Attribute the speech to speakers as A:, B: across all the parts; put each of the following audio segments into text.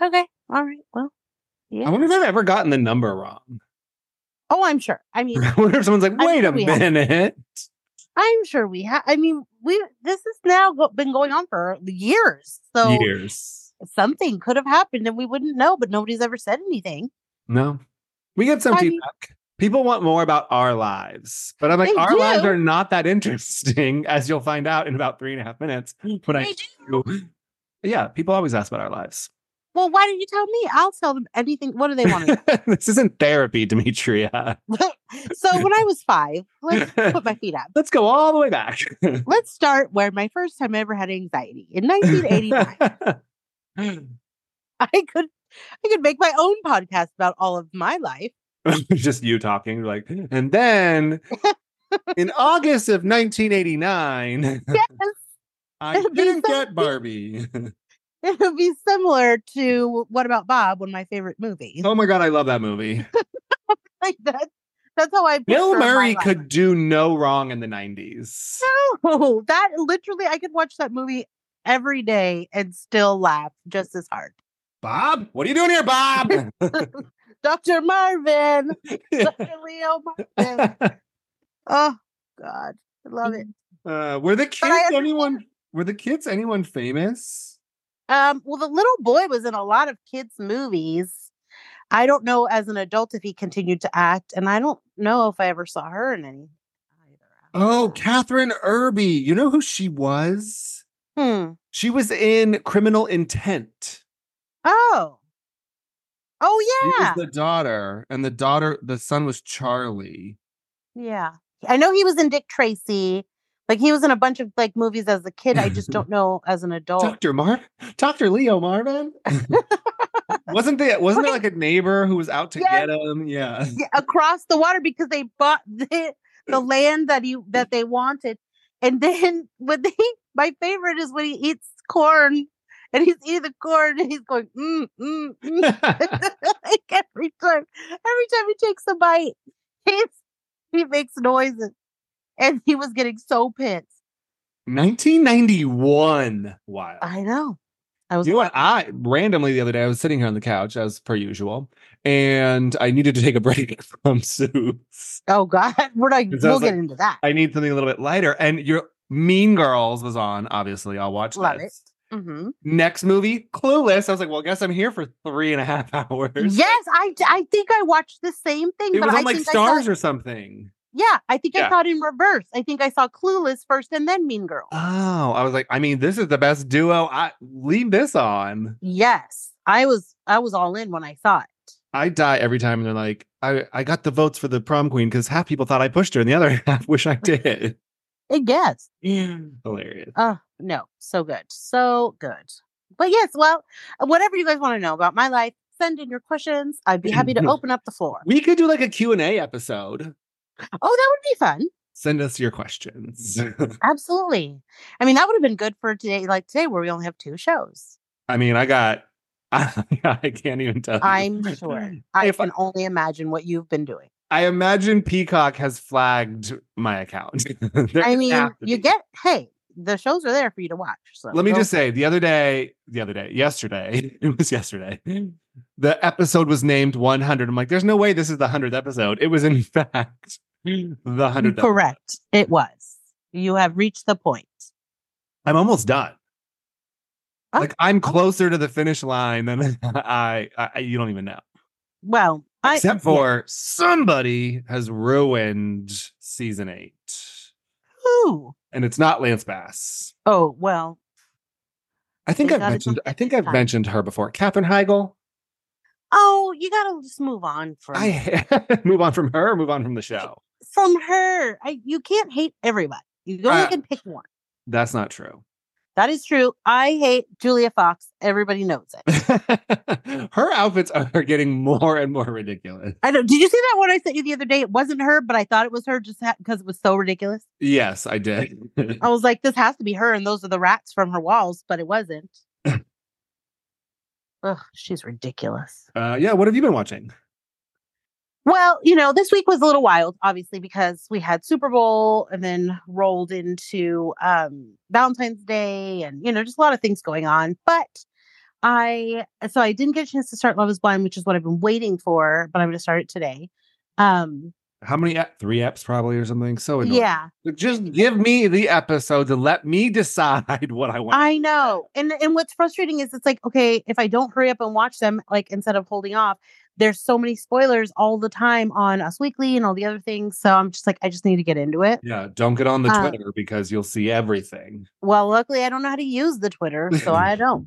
A: Okay. All right. Well,
B: I wonder if I've ever gotten the number wrong.
A: oh, I'm sure. I mean,
B: I wonder if someone's like,
A: I
B: wait a
A: think we have-
B: minute.
A: I'm sure we have. I mean, we this has now go- been going on for years, so
B: Years.
A: something could have happened and we wouldn't know. But nobody's ever said anything.
B: No, we get some
A: I mean-
B: feedback. People want more about our lives, but I'm like,
A: They
B: our lives
A: do.
B: are not that interesting, as you'll find out in about three and a half minutes. When I
A: They
B: do. Yeah, people always ask about our lives.
A: Well, why don't you tell me? I'll tell them anything. What do they want to
B: this isn't therapy, Demetria.
A: know? so when I was five, let's put my feet up.
B: Let's go all the way back.
A: Let's start where my first time I ever had anxiety in 1989. I could I could make my own podcast about all of my life.
B: just you talking you're like and then in august of 1989
A: Yes,
B: i
A: It'd be
B: didn't
A: so
B: get barbie
A: it would be similar to What About Bob, one of my favorite movies.
B: oh my god i love that movie
A: Like that, that's how I.
B: bill
A: picture my
B: murray
A: life.
B: could do no wrong in the 90s
A: No, that literally, I could watch that movie every day and still laugh just as hard.
B: bob what are you doing here bob
A: Dr. Marvin, Dr. Leo Marvin. Oh, God. I love it.
B: uh, were the
A: But I
B: kids anyone were the kids anyone famous
A: Um, well, the little boy was in a lot of kids' movies. I don't know as an adult if he continued to act, and I don't know if I ever saw her in any. either after
B: oh
A: that.
B: catherine irby you know who she was
A: Hmm.
B: she was in criminal intent
A: Oh. Oh,
B: She
A: yeah.
B: was the daughter, and the daughter, the son was Charlie.
A: Yeah. I know he was in Dick Tracy. Like he was in a bunch of like movies as a kid. I just don't know as an adult.
B: Doctor Mar, Doctor Leo Marvin. wasn't there? Wasn't there like a neighbor who was out to
A: Yes.
B: get him? Yeah.
A: Yeah, across the water because they bought the, the land that he that they wanted. And then when they my favorite is when he eats corn and he's eating the corn and he's going, mm, mm, mm. like every time. Every time he takes a bite, he's he makes noises. And he was getting so pissed.
B: 1991. Wow.
A: I know. I was
B: You know what? I randomly the other day I was sitting here on the couch as per usual, and I needed to take a break from Suits.
A: Oh God, we're not.
B: Because I
A: we'll
B: was
A: get
B: like,
A: into that.
B: I need something a little bit lighter, and your Mean Girls was on. Obviously, I'll watch
A: Love
B: this.
A: it. hmm
B: Mm-hmm. Next movie, Clueless. I was like, well, I guess I'm here for three and a half hours.
A: Yes, I d- I think I watched the same thing.
B: It
A: but
B: was
A: I
B: on like
A: think I saw
B: stars
A: it-
B: or something.
A: yeah, I think I
B: Yeah.
A: saw it in reverse. I think I saw Clueless first and then Mean Girl.
B: Oh, I was like, I mean, this is the best duo. I leave this on.
A: yes, I was. I was all in when I saw it.
B: I die every time. And they're like, I, I got the votes for the prom queen because half people thought I pushed her and the other half wish I did.
A: It yes.
B: Hilarious.
A: Oh no, so good, so good. But yes, well, uh, whatever you guys want to know about my life, send in your questions. I'd be happy to open up the floor.
B: We could do like a Q&A episode.
A: Oh, that would be fun.
B: Send us your questions.
A: Absolutely. I mean, that would have been good for today, like today, where we only have two shows.
B: I mean, I got, I, can't even tell. you.
A: I'm sure. I
B: If I-
A: can only imagine what you've been doing.
B: I imagine Peacock has flagged my account. There
A: I mean,
B: have to
A: you
B: be.
A: get hey, the shows are there for you to watch. So
B: Let me
A: go
B: just
A: for
B: say, the other day, the other day, yesterday, it was yesterday. The episode was named 100. I'm like, there's no way this is the 100th episode. It was in fact the
A: it.
B: 100th. episode.
A: correct. It was. You have reached the point.
B: I'm almost done.
A: Oh,
B: Like I'm closer to the finish line than I, I, I you don't even know.
A: Well, I
B: Except
A: yeah.
B: for somebody has ruined season 8.
A: who?
B: And it's not Lance Bass.
A: Oh well,
B: I think
A: They
B: I've
A: gotta
B: mentioned
A: come
B: I
A: back
B: think
A: this
B: I've
A: time.
B: mentioned her before. Katherine Heigl.
A: oh, you gotta just move on from
B: I move on from her, or move on from the show.
A: from her. I you can't hate everybody. You only
B: Uh,
A: can pick one.
B: That's not true.
A: That is true. I hate Julia Fox. Everybody knows it.
B: her outfits are getting more and more ridiculous.
A: I don't. Did you see that one I sent you the other day? It wasn't her, but I thought it was her just because it was so ridiculous.
B: Yes, I did.
A: I was like, this has to be her, and those are the rats from her walls, but it wasn't. Ugh, she's ridiculous.
B: Uh, yeah, what have you been watching?
A: Well, you know, this week was a little wild, obviously, because we had Super Bowl and then rolled into um, Valentine's Day and, you know, just a lot of things going on. But I, so I didn't get a chance to start Love is Blind, which is what I've been waiting for, but I'm going to start it today. Um,
B: How many? Ep- three apps, probably, or something. So annoying.
A: yeah,
B: Just give me the episode to let me decide what I want.
A: I know. And and what's frustrating is it's like, okay, if I don't hurry up and watch them, like instead of holding off, there's so many spoilers all the time on Us Weekly and all the other things. So I'm just like, I just need to get into it.
B: yeah, don't get on the
A: Uh,
B: Twitter because you'll see everything.
A: Well, luckily I don't know how to use the Twitter, so I don't.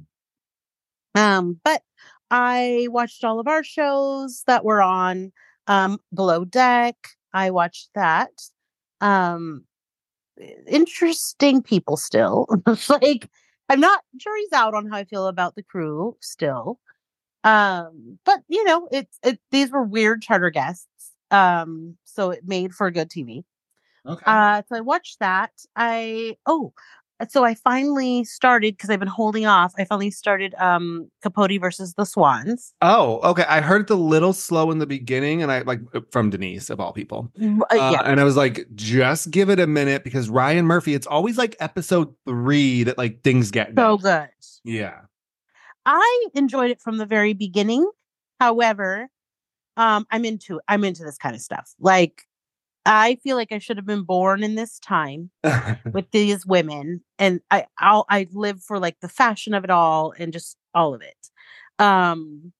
A: Um, but I watched all of our shows that were on um Below Deck. I watched that. Um interesting people still. It's like I'm not jury's out on how I feel about the crew still. Um, but you know, it's it these were weird charter guests. Um, so it made for good TV.
B: Okay.
A: Uh, so I watched that. I oh, so I finally started because I've been holding off. I finally started um Capote versus the Swans.
B: oh, okay. I heard it a little slow in the beginning, and I like uh, from Denise of all people.
A: R- uh,
B: Uh,
A: yeah,
B: And I was like, just give it a minute because Ryan Murphy. It's always like episode three that like things get
A: so
B: good.
A: good.
B: yeah.
A: I enjoyed it from the very beginning. However, um, I'm into I'm into this kind of stuff. Like, I feel like I should have been born in this time. with these women and i I'll, i live for like the fashion of it all and just all of it um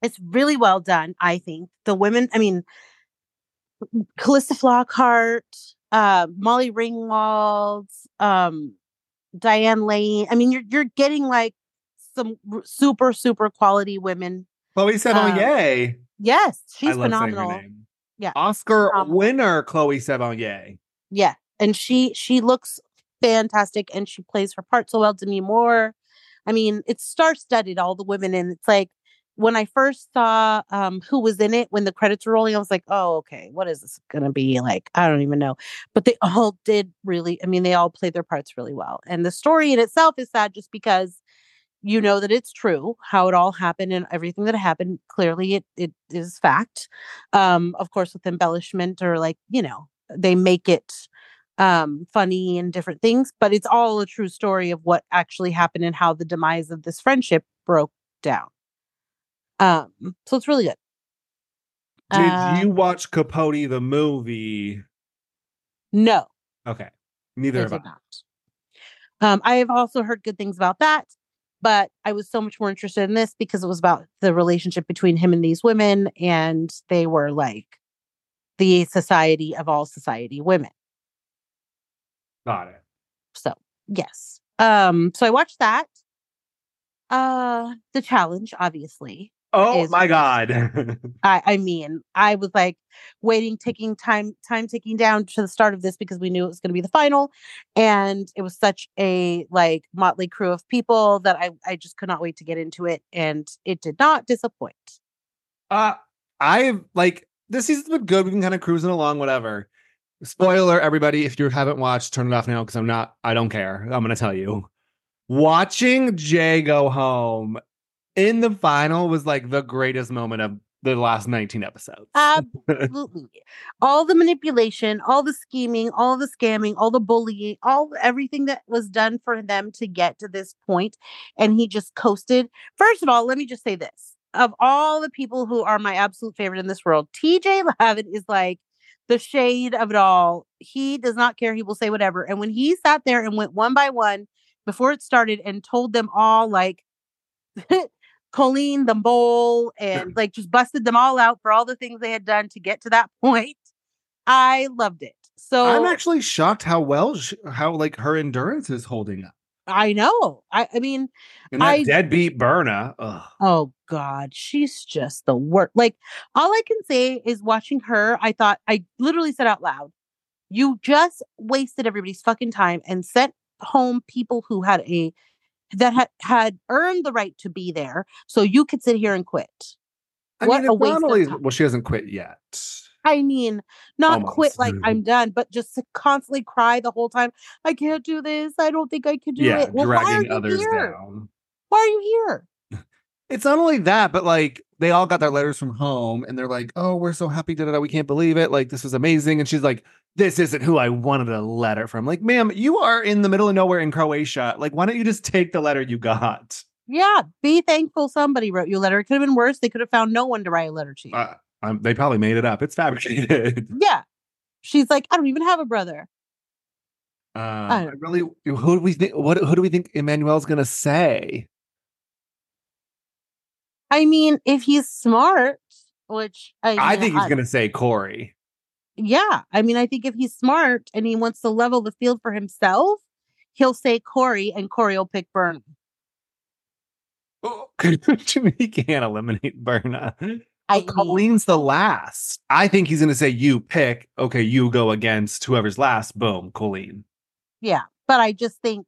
A: it's really well done i think the women i mean callista flockhart uh molly ringwald um diane lane i mean you're you're getting like some r- super super quality women
B: Chloe Sevigny.
A: yes Um, she's
B: I love
A: phenomenal
B: Saying her name.
A: Yeah. Um,
B: Oscar
A: Phenomenal.
B: winner Chloe Sevigny.
A: Yeah, and she she looks fantastic, and she plays her part so well. Demi Moore, I mean, it's star studded. All the women, and it's like when I first saw um who was in it when the credits were rolling, I was like, oh okay, what is this gonna be like? I don't even know. But they all did really. I mean, they all played their parts really well, and the story in itself is sad just because you know that it's true how it all happened and everything that happened clearly it it is fact um of course with embellishment or like you know they make it um funny and different things but it's all a true story of what actually happened and how the demise of this friendship broke down um so it's really good
B: Did
A: Uh,
B: you watch Capote the movie?
A: no
B: Okay.
A: I
B: Neither
A: did
B: of us.
A: not. Um, I have also heard good things about that, but I was so much more interested in this because it was about the relationship between him and these women, and they were like the society of all society women.
B: Got it.
A: So yes. Um, so I watched that. Uh the challenge, obviously.
B: Oh
A: Is-
B: my God.
A: I I mean, I was like waiting, taking time, time taking down to the start of this because we knew it was going to be the final, and it was such a like motley crew of people that I I just could not wait to get into it, and it did not disappoint.
B: Uh I've like this season's been good. We've been kind of cruising along, whatever. Spoiler, everybody, if you haven't watched, turn it off now because I'm not, I don't care. I'm gonna tell you. Watching Jay go home in the final was like the greatest moment of the last 19 episodes.
A: Absolutely, all the manipulation, all the scheming, all the scamming, all the bullying, all everything that was done for them to get to this point, and he just coasted. First of all, let me just say this. Of all the people who are my absolute favorite in this world, TJ Lavin is like the shade of it all. He does not care. He will say whatever. And when he sat there and went one by one before it started and told them all, like, Colleen, the mole, and like just busted them all out for all the things they had done to get to that point, I loved it. So
B: I'm actually shocked how well, sh- how like her endurance is holding up.
A: I know. I, I mean,
B: And that
A: I-
B: deadbeat Berna. Ugh.
A: Oh God, she's just the worst. Like all I can say is watching her, I thought I literally said out loud, you just wasted everybody's fucking time and sent home people who had a that had had earned the right to be there, so you could sit here and quit.
B: I
A: What
B: mean,
A: a
B: it's
A: waste
B: not
A: of
B: only-
A: time.
B: well, she hasn't quit yet.
A: I mean, not
B: Almost.
A: quit like
B: Mhm.
A: I'm done, but just to constantly cry the whole time. I can't do this. I don't think I can do
B: yeah,
A: it. Well, why are
B: dragging
A: you
B: others
A: here?
B: down.
A: Why are you here?
B: It's not only that, but like they all got their letters from home and they're like, oh, we're so happy. Da, da, da, we can't believe it. Like, this was amazing. And she's like, this isn't who I wanted a letter from. Like, ma'am, you are in the middle of nowhere in Croatia. Like, why don't you just take the letter you got?
A: Yeah, be thankful somebody wrote you a letter. It could have been worse. They could have found no one to write a letter to you.
B: Uh, um, they probably made it up. It's fabricated.
A: yeah. She's like, I don't even have a brother.
B: Um, I really, who do we think? What who do we think Emmanuel's gonna say?
A: I mean, if he's smart, which I,
B: I
A: mean,
B: think he's gonna say Corey.
A: Yeah, I mean, I think if he's smart and he wants to level the field for himself, he'll say Corey, and Corey will pick Bernie.
B: he can't eliminate Berna.
A: I mean,
B: Colleen's the last. I think he's gonna say you pick. Okay, you go against whoever's last. Boom, Colleen.
A: yeah, but I just think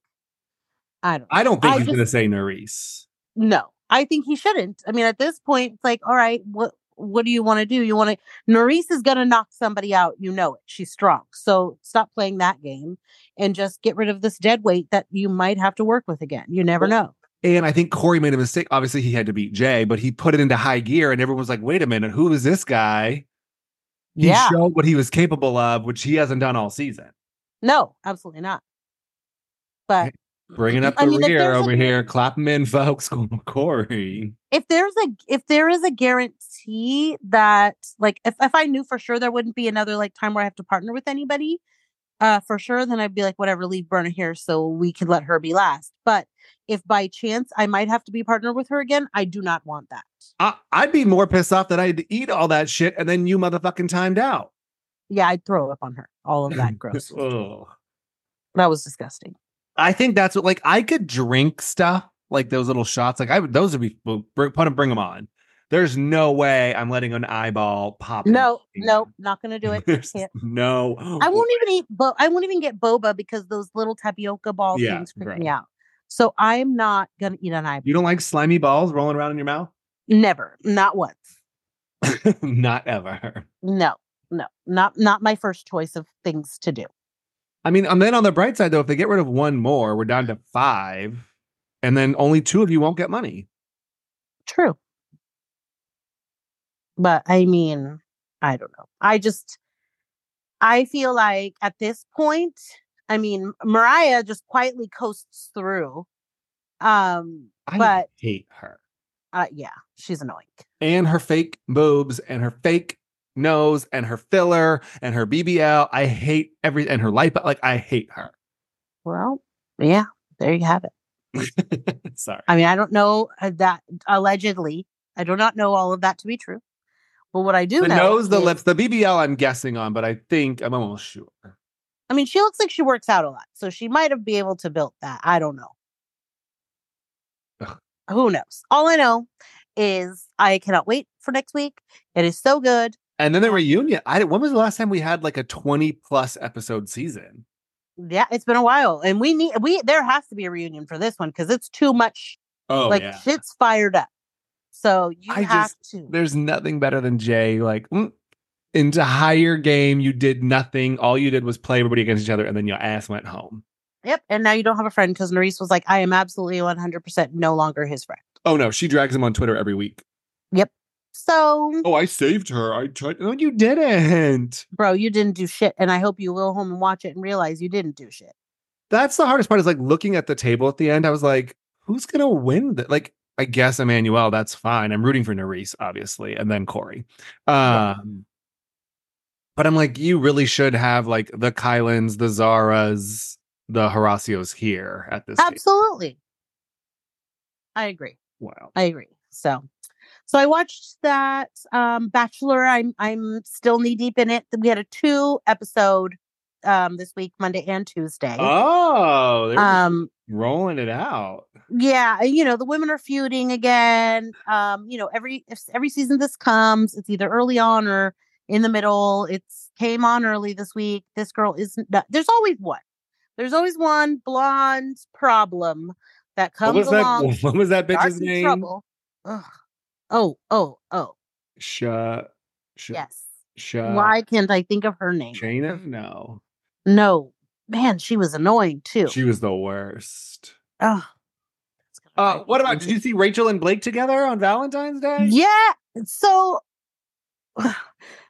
A: I don't
B: I don't think
A: I
B: he's
A: just-
B: gonna say Nerys.
A: No, I think he shouldn't. I mean, at this point, it's like, all right, what what do you want to do? You want to? Norris is gonna knock somebody out. You know it. She's strong. So stop playing that game and just get rid of this dead weight that you might have to work with again. You never know.
B: And I think Corey made a mistake. Obviously, he had to beat Jay, but he put it into high gear, and everyone was like, "Wait a minute, who is this guy?" He
A: yeah.
B: showed what he was capable of, which he hasn't done all season.
A: no, absolutely not. But
B: Bringing up the
A: I mean, if
B: rear
A: there's
B: over
A: a-
B: here, clap 'em in, folks. Corey.
A: if there's a if there is a guarantee that like if, if I knew for sure there wouldn't be another like time where I have to partner with anybody uh for sure then I'd be like whatever leave Berna here so we can let her be last but if by chance I might have to be partnered with her again I do not want that
B: I, I'd be more pissed off that I had to eat all that shit and then you motherfucking timed out.
A: yeah I'd throw up on her all of that gross
B: Ugh.
A: that was disgusting
B: I think that's what, like, I could drink stuff like those little shots. Like, I would, those would be, bring, put them, bring them on. There's no way I'm letting an eyeball pop. in.
A: no no not gonna do it
B: There's
A: Can't.
B: no.
A: I won't even eat bo- I won't even get boba because those little tapioca ball
B: Yeah,
A: things freak
B: right.
A: me out so I'm not gonna eat an eyeball
B: You don't like slimy balls rolling around in your mouth?
A: never not once
B: Not ever.
A: no no not not my first choice of things to do
B: I mean, and then on the bright side, though, if they get rid of one more, we're down to five, and then only two of you won't get money.
A: true but i mean i don't know i just i feel like at this point i mean mariah just quietly coasts through um
B: I
A: But-
B: hate her
A: uh yeah she's annoying
B: and her fake boobs and her fake nose and her filler and her BBL. I hate every and her lipo. Like I hate her.
A: well yeah there you have it
B: Sorry.
A: i mean i don't know uh, that allegedly i do not know all of that to be true but what i do
B: The
A: know
B: nose, the
A: is-
B: lips, the BBL. I'm guessing on, but I think I'm almost sure.
A: I mean, she looks like she works out a lot, so she might have been able to build that. I don't know.
B: Ugh.
A: Who knows? All I know is I cannot wait for next week. It is so good.
B: And then the reunion. I when was the last time we had like a 20 plus episode season?
A: Yeah, it's been a while, and we need we there has to be a reunion for this one because it's too much.
B: Oh
A: like shit's fired up, so you
B: I
A: have
B: just-
A: to.
B: there's nothing better than Jay. Like mm, into higher game, you did nothing. All you did was play everybody against each other, and then your ass went home.
A: Yep, and now you don't have a friend because Nerys was like, "I am absolutely one hundred percent no longer his friend."
B: Oh no, she drags him on Twitter every week.
A: So,
B: Oh, I saved her. I tried. No, you didn't.
A: bro, you didn't do shit, and I hope you go home and watch it and realize you didn't do shit.
B: That's the hardest part. Is like looking at the table at the end. I was like, who's gonna win? That like. I guess Emmanuel, that's fine. I'm rooting for Nerys, obviously, and then Corey. Um, but I'm like, you really should have like the Kylans, the Zaras, the Horacios here at this. table.
A: Absolutely. I agree.
B: Wow.
A: I agree. So so I watched that um Bachelor. I'm I'm still knee deep in it. We had a two episode um this week, Monday and Tuesday.
B: Oh, they're
A: um
B: rolling it out.
A: yeah, you know, the women are feuding again. Um, you know, every if every season this comes, it's either early on or in the middle. It's came on early this week. This girl is not, there's always one. There's always one blonde problem that
B: What
A: comes
B: was that?
A: along.
B: What was that
A: starts
B: bitch's
A: in
B: name?
A: Trouble. Ugh. Oh, oh, oh.
B: Sha. Sha.
A: Yes.
B: Sha.
A: Why can't I think of her name?
B: Shayna? No.
A: No. Man, she was annoying too.
B: She was the worst.
A: Ugh.
B: Uh, what about? Did you see Rachel and Blake together on Valentine's Day?
A: Yeah. So
B: I mean,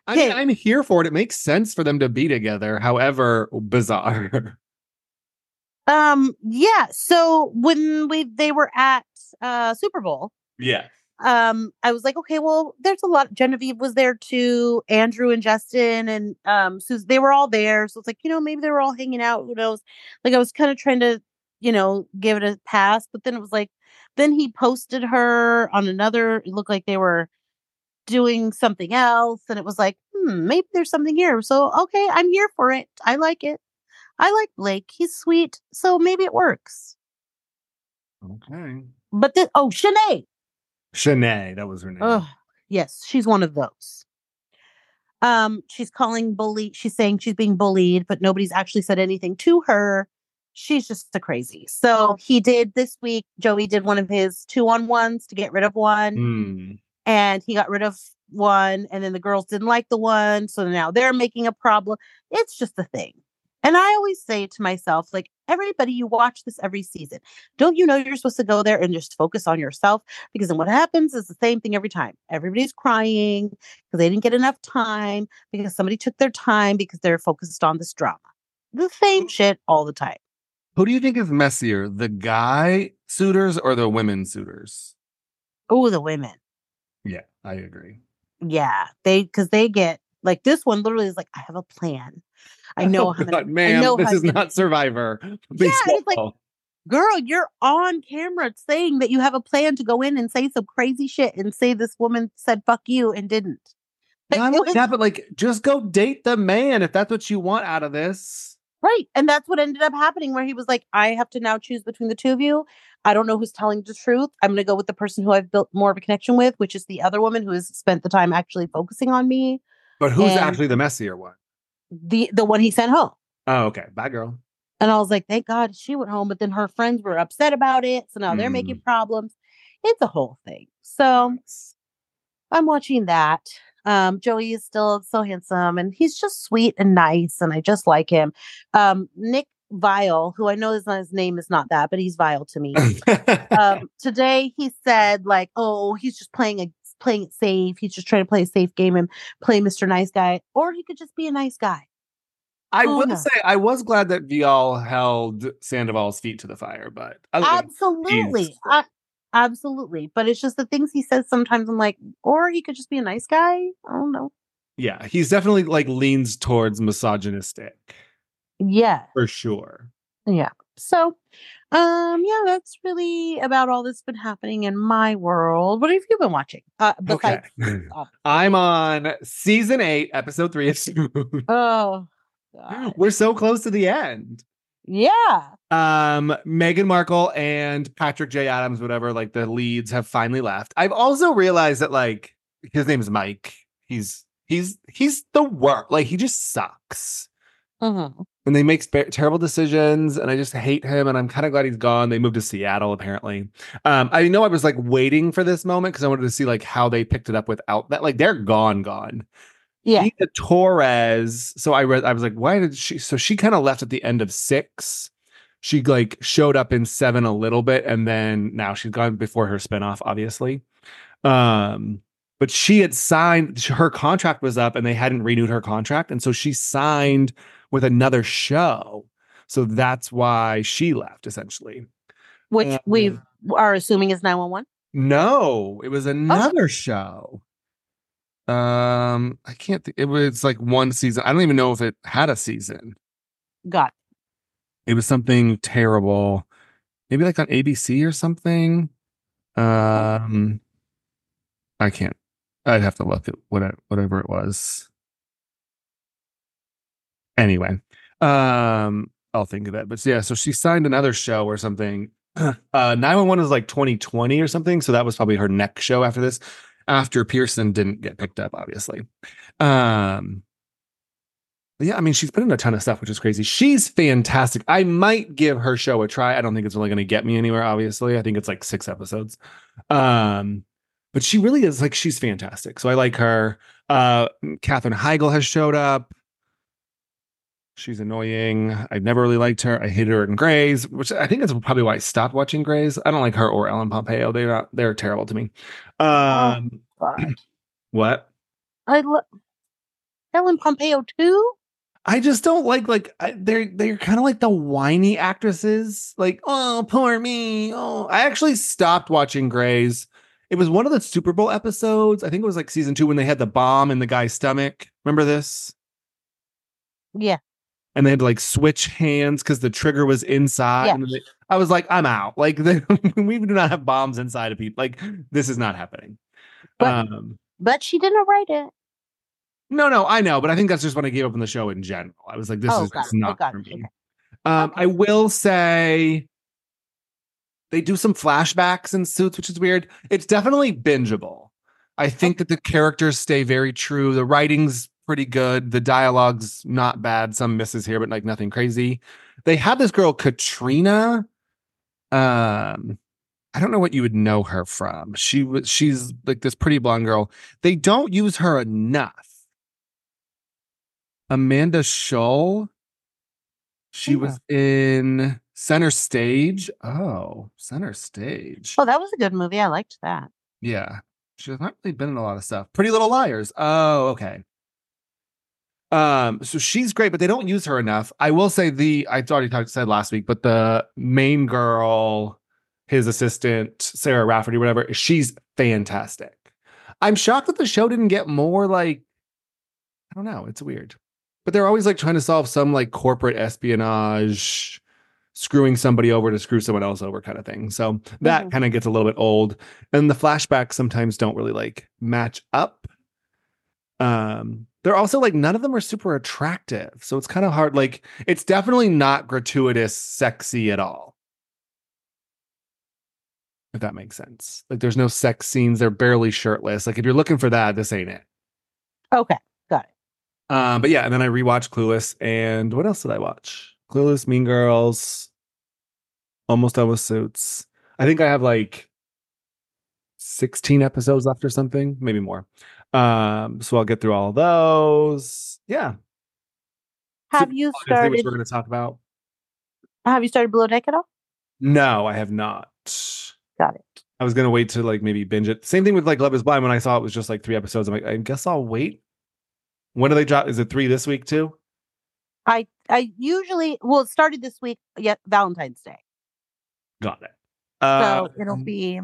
A: Okay.
B: I'm here for it. It makes sense for them to be together, however bizarre.
A: um yeah, so when we they were at uh Super Bowl,
B: Yeah.
A: um I was like, okay, well, there's a lot Genevieve was there too, Andrew and Justin and um Susan they were all there. So it's like, you know, maybe they were all hanging out, who knows? Like I was kind of trying to, you know, give it a pass, but then it was like then he posted her on another it looked like they were doing something else and it was like hmm, maybe there's something here so okay i'm here for it i like it i like blake he's sweet so maybe it works
B: Okay.
A: but then oh Shanae.
B: Shanae, that was her name.
A: Ugh, yes she's one of those um she's calling bully she's saying she's being bullied but nobody's actually said anything to her she's just a crazy so he did this week joey did one of his two on ones to get rid of one
B: Hmm.
A: and he got rid of one and then the girls didn't like the one so now they're making a problem it's just a thing and i always say to myself like everybody you watch this every season don't you know you're supposed to go there and just focus on yourself because then what happens is the same thing every time everybody's crying because they didn't get enough time because somebody took their time because they're focused on this drama the same shit all the time
B: Who do you think is messier, the guy suitors or the women suitors?
A: oh the women
B: Yeah, I agree.
A: yeah they because they get like this one literally is like i have a plan i know
B: oh,
A: how many
B: God, ma'am,
A: know
B: this
A: how
B: is
A: many-
B: not Survivor.
A: Yeah, it's like-
B: Baseball.
A: girl, you're on camera saying that you have a plan to go in and say some crazy shit and say this woman said fuck you and didn't. Like,
B: not
A: it
B: only
A: was-
B: that, but like, just go date the man if that's what you want out of this.
A: right. And that's what ended up happening where he was like, I have to now choose between the two of you. I don't know who's telling the truth. I'm going to go with the person who I've built more of a connection with, which is the other woman who has spent the time actually focusing on me,
B: But who's
A: And-
B: actually the messier one?
A: the the one he sent home.
B: Oh, okay. Bye, girl.
A: And I was like, thank God she went home. But then her friends were upset about it. So now they're making problems. It's a whole thing. So I'm watching that. Um, Joey is still so handsome and he's just sweet and nice. And I just like him. Um, Nick Vile, who I know is not his name is not that, but he's vile to me. um, today he said like, oh, he's just playing a playing it safe. He's just trying to play a safe game and play Mr. Nice Guy. Or he could just be a nice guy.
B: I will
A: Anna.
B: say I was glad that Vial held Sandoval's feet to the fire, but other than-
A: absolutely I, absolutely but it's just the things he says sometimes i'm like or he could just be a nice guy i don't know
B: yeah, he's definitely like leans towards misogynistic
A: yeah
B: for sure.
A: yeah so um yeah that's really about all that's been happening in my world what have you been watching uh besides
B: Okay.
A: uh,
B: I'm on season eight, episode three of Spoon.
A: oh God.
B: We're so close to the end.
A: yeah
B: Um, Meghan Markle and Patrick J. Adams, whatever, like the leads have finally left. I've also realized that like his name is Mike. He's he's he's the worst. Like he just sucks.
A: Mhm.
B: and they make sp- terrible decisions and i just hate him and i'm kind of glad he's gone they moved to seattle apparently um, i know i was like waiting for this moment because i wanted to see like how they picked it up without that like they're gone gone
A: yeah
B: Nina torres so i read i was like why did she so she kind of left at the end of six she like showed up in seven a little bit and then now she's gone before her spinoff obviously um but she had signed her contract was up and they hadn't renewed her contract and so she signed with another show so that's why she left essentially
A: which
B: and-
A: we are assuming is 911
B: no it was another show um i can't thi- it was like one season i don't even know if it had a season
A: got
B: it was something terrible maybe like on abc or something um i can't i'd have to look at what I- whatever it was anyway um i'll think of it but yeah so she signed another show or something uh 911 was like 2020 or something so that was probably her next show after this after pearson didn't get picked up obviously um Yeah, I mean, she's been in a ton of stuff, which is crazy. She's fantastic. I might give her show a try. I don't think it's really going to get me anywhere, obviously. I think it's like six episodes. Um, but she really is like, she's fantastic. So I like her. Uh, Katherine Heigl has showed up. She's annoying. I've never really liked her. I hated her in Grays, which I think that's probably why I stopped watching Grays. I don't like her or Ellen Pompeo. They're not, they're terrible to me. Um,
A: God.
B: what?
A: I love Ellen Pompeo too.
B: I just don't like like I, they're they're kind of like the whiny actresses. Like, oh, poor me. Oh, I actually stopped watching Grays. It was one of the Super Bowl episodes. I think it was like season two when they had the bomb in the guy's stomach. Remember this?
A: Yeah.
B: And they had to like switch hands because the trigger was inside.
A: Yeah.
B: And then they- I was like, I'm out. Like, the, we do not have bombs inside of people. Like, this is not happening.
A: But-
B: um,
A: But she didn't write it.
B: No, no, I know, but I think that's just when I gave up on the show in general. I was like, this
A: Oh,
B: is
A: got
B: just
A: it. Oh,
B: not
A: got
B: for
A: it.
B: me. Um, I will say they do some flashbacks in suits, which is weird. It's definitely bingeable. I think that the characters stay very true. The writing's pretty good. The dialogue's not bad. Some misses here, but like nothing crazy. They had this girl, Katrina. Um, I don't know what you would know her from. She was she's like this pretty blonde girl. They don't use her enough. Amanda Schull. She
A: Yeah.
B: was in Center Stage. Oh, Center Stage.
A: Oh, that was a good movie. I liked that.
B: Yeah. She's not really been in a lot of stuff. Pretty Little Liars. Oh, okay. Um, so she's great, but they don't use her enough. I will say the I already talked said last week, but the main girl, his assistant, Sarah Rafferty, whatever, she's fantastic. I'm shocked that the show didn't get more like I don't know, it's weird. But they're always like trying to solve some like corporate espionage, screwing somebody over to screw someone else over kind of thing. So that
A: Mhm.
B: kind of gets a little bit old and the flashbacks sometimes don't really like match up um they're also like none of them are super attractive so it's kind of hard like it's definitely not gratuitous sexy at all if that makes sense like there's no sex scenes they're barely shirtless like if you're looking for that this ain't it
A: Okay.
B: um but yeah and then i rewatched clueless and what else did i watch clueless mean girls almost done with suits i think i have like 16 episodes left or something maybe more um so i'll get through all those yeah
A: Have you
B: Obviously, which
A: started?
B: we're going to talk about
A: Have you started Below Deck at all?
B: no i have not
A: Got
B: it i was going to wait to like maybe binge it same thing with like love is blind when i saw it was just like three episodes i'm like i guess i'll wait when do they drop is it three this week too
A: I usually well it started this week. Yet Valentine's Day,
B: got it
A: so
B: uh,
A: it'll be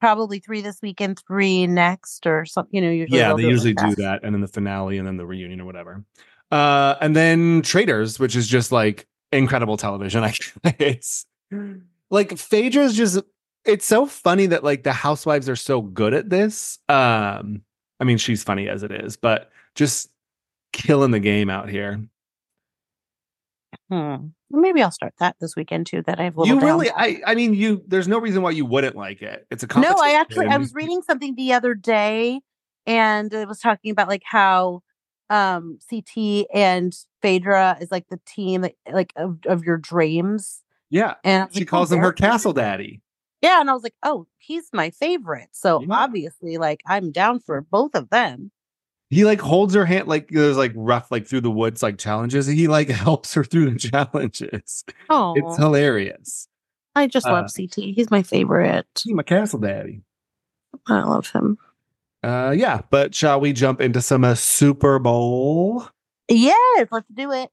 A: probably three this week and three next or something. You know, usually
B: yeah
A: they'll
B: they
A: do it
B: usually
A: like
B: do that and then the finale and then the reunion or whatever uh and then traders which is just like incredible television I, it's like phaedra's just it's so funny that like the housewives are so good at this um i mean she's funny as it is but just killing the game out here
A: Hmm. Maybe I'll start that this weekend too. That I have a little
B: you really
A: downtime.
B: i i mean you there's no reason why you wouldn't like it it's a
A: no i actually i
B: competition.
A: was reading something the other day and it was talking about like how um ct and phaedra is like the team like, like of, of your dreams
B: yeah
A: and I was
B: she
A: like, oh,
B: calls him her
A: they're-
B: castle daddy
A: yeah and i was like oh he's my favorite so
B: Yeah.
A: obviously like i'm down for both of them
B: he like holds her hand like there's like rough like through the woods like challenges and he like helps her through the challenges
A: oh
B: it's hilarious
A: i just
B: uh,
A: love ct he's my favorite
B: Gee, my castle daddy
A: i love him
B: uh yeah but shall we jump into some uh, super bowl
A: yes let's do it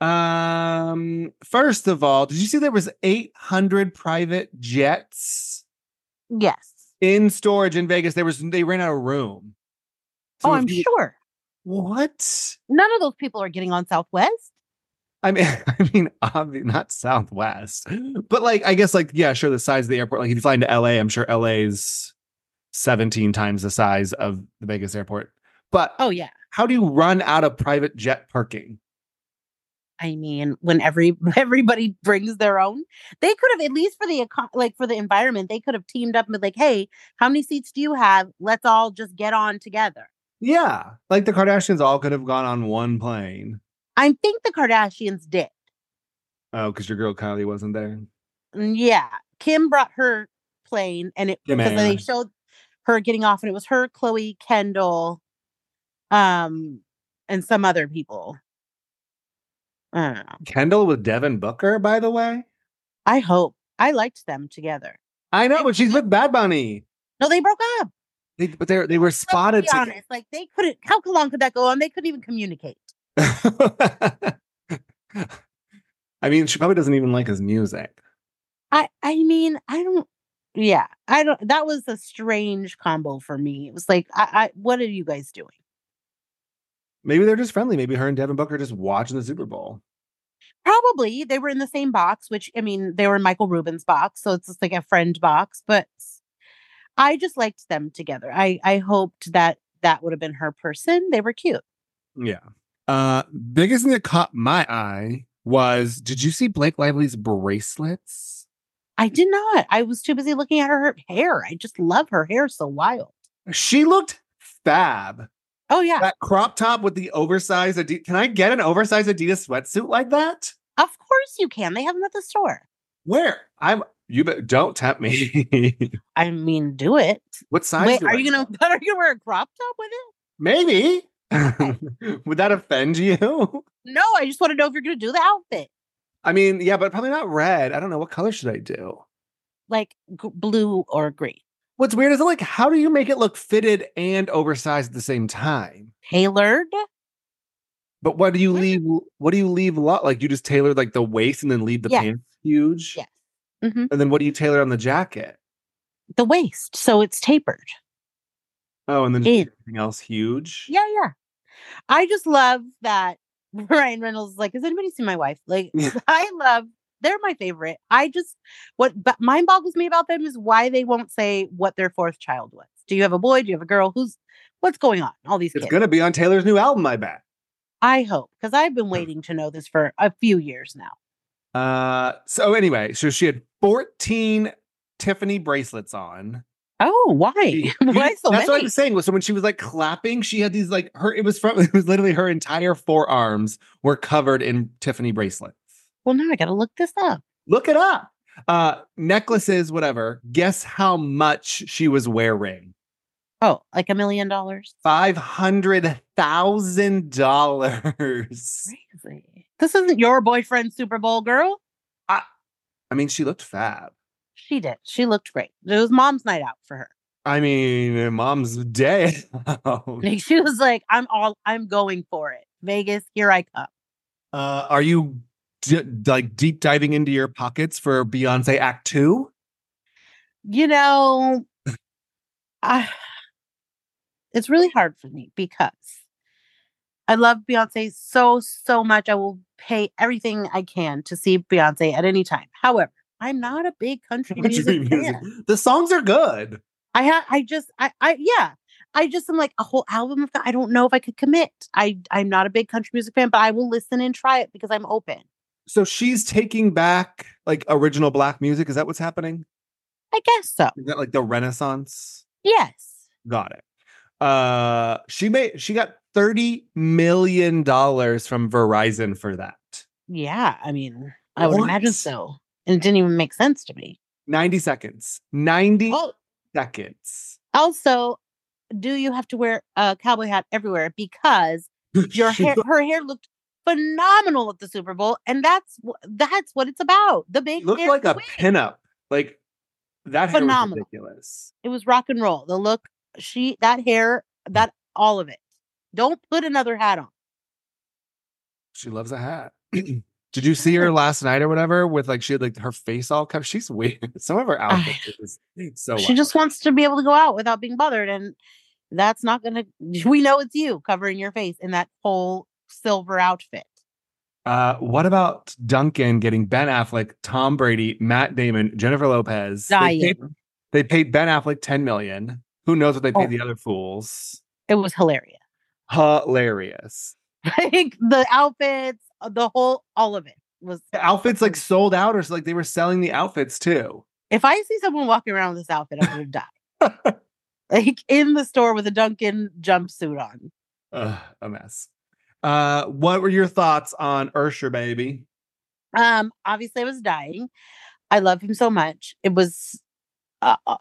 B: um first of all did you see there was 800 private jets
A: yes
B: in storage in vegas there was they ran out of room So
A: oh
B: if
A: i'm
B: you-
A: sure
B: what
A: none of those people are getting on southwest
B: I mean, I mean, obvi- not Southwest, but like, I guess, like, yeah, sure, the size of the airport. Like, if you fly into LA, I'm sure LA's 17 times the size of the Vegas airport. But
A: oh yeah
B: how do you run out of private jet parking?
A: I mean, when every everybody brings their own, they could have at least for the eco- like for the environment, they could have teamed up and been like, "Hey, how many seats do you have? Let's all just get on together."
B: Yeah, like the Kardashians all could have gone on one plane.
A: I think the Kardashians did.
B: Oh, because your girl Kylie wasn't there.
A: And Mm, yeah, Kim brought her plane, and it
B: Kim
A: because they
B: Ayer.
A: showed her getting off, and it was her, Chloe, Kendall, um, and some other people. I don't know.
B: Kendall with Devin Booker, by the way.
A: I hope I liked them together.
B: I know, but she's with Bad Bunny.
A: No, they broke up.
B: They, but they they were
A: Let's
B: spotted.
A: be honest, like they couldn't. How long could that go on? They couldn't even communicate.
B: to- I mean, she probably doesn't even like his music.
A: I I mean, I don't yeah, I don't that was a strange combo for me. It was like I, I what are you guys doing?
B: Maybe they're just friendly. Maybe her and Devin Booker are just watching the Super Bowl.
A: Probably they were in the same box, which I mean, they were in Michael Rubin's box, so it's just like a friend box, but I just liked them together. I I hoped that that would have been her person. They were cute.
B: Yeah. Uh biggest thing that caught my eye was did you see Blake Lively's bracelets?
A: I did not. I was too busy looking at her hair. I just love her hair so wild.
B: She looked fab.
A: Oh yeah.
B: That crop top with the oversized Adidas. Can I get an oversized Adidas sweatsuit like that?
A: Of course you can. They have them at the store.
B: Where? I'm you bet don't tempt me.
A: I mean, do it.
B: what size?
A: Wait,
B: do
A: are
B: I
A: you gonna are you gonna wear a crop top with it?
B: Maybe. Would that offend you?
A: No, I just want to know if you're going to do the outfit,
B: I mean, yeah, but probably not red. I don't know. What color should I do?
A: like g- blue or green.
B: What's weird is like, how do you make it look fitted and oversized at the same time?
A: Tailored?
B: But what do you
A: What?
B: leave? What do you leave? Lot like you just tailor like the waist and then leave the
A: Yeah.
B: pants huge.
A: Yes. Mhm.
B: And then what do you tailor on the jacket?
A: The waist. So it's tapered.
B: Oh, and then just
A: In.
B: everything else huge.
A: Yeah, yeah. I just love that Ryan Reynolds is like, has anybody seen my wife? Like,
B: Yeah.
A: I love, they're my favorite. I just, what but mind boggles me about them is why they won't say what their fourth child was. Do you have a boy? Do you have a girl? Who's, what's going on? All these
B: It's
A: kids.
B: gonna be on Taylor's new album, I bet.
A: I hope, because I've
B: Mm.
A: been waiting to know this for a few years now.
B: Uh, so anyway, so she had 14 Tiffany bracelets on.
A: Oh, why?
B: She-
A: why so
B: that's what I
A: many?
B: was saying. Was so when she was like clapping, she had these like her. It was from. It was literally her entire forearms were covered in Tiffany bracelets.
A: Well, now I got to look this up.
B: Look it up. Uh, necklaces, whatever. Guess how much she was wearing?
A: Oh, like a million dollars.
B: Five hundred thousand dollars.
A: Crazy. This isn't your boyfriend, Super Bowl girl.
B: I mean, she looked fab.
A: She did. She looked great. It was mom's night out for her.
B: I mean, mom's day. uh,
A: Like, she was like, I'm all, I'm going for it. Vegas, here I come.
B: are you d- like deep diving into your pockets for Beyonce Act Two?
A: You know, I, it's really hard for me because I love Beyonce so, so much. I will pay everything I can to see Beyonce at any time. However, I'm not a big country music,
B: Country music.
A: fan.
B: The songs are good.
A: I ha- I just I I yeah. I just am like a whole album of I don't know if I could commit. I I'm not a big country music fan, but I will listen and try it because I'm open.
B: So she's taking back like original black music. Is that what's happening?
A: I guess so.
B: Is that like the Renaissance?
A: Yes.
B: Got it. Uh she made she got 30 million dollars from Verizon for that.
A: Yeah. I mean, I would imagine
B: What?
A: so. And it didn't even make sense to me.
B: 90 seconds. 90
A: Oh,
B: seconds.
A: also, do you have to wear a cowboy hat everywhere? Because your
B: She
A: hair,
B: look-
A: her hair looked phenomenal at the Super Bowl, and that's wh- that's what it's about. The
B: she
A: big
B: looked
A: hair
B: like a
A: wig.
B: pinup. Like that hair was
A: Phenomenal.
B: ridiculous.
A: it was rock and roll. The look, she that hair, that all of it. Don't put another hat on.
B: She loves a hat. Did you see her last night or whatever with like she had like her face all covered? She's weird. Some of her outfits is so
A: she
B: wild.
A: just wants to be able to go out without being bothered, and that's not gonna. We know it's you covering your face in that whole silver outfit.
B: Uh, what about Duncan getting Ben Affleck, Tom Brady, Matt Damon, Jennifer Lopez? They paid,
A: Dying.
B: they paid Ben Affleck 10 million. Who knows what they paid
A: Oh.
B: the other fools?
A: It was hilarious.
B: Hilarious.
A: Like the outfits, uh, the whole, all of it was.
B: The outfits like sold out, or so, like they were selling the outfits too.
A: If I see someone walking around with this outfit, I would have died. like in the store with a Duncan jumpsuit on.
B: Ugh, a mess. Uh, what were your thoughts on Ursher, baby?
A: Um, obviously, I was dying. I love him so much. It was uh, uh,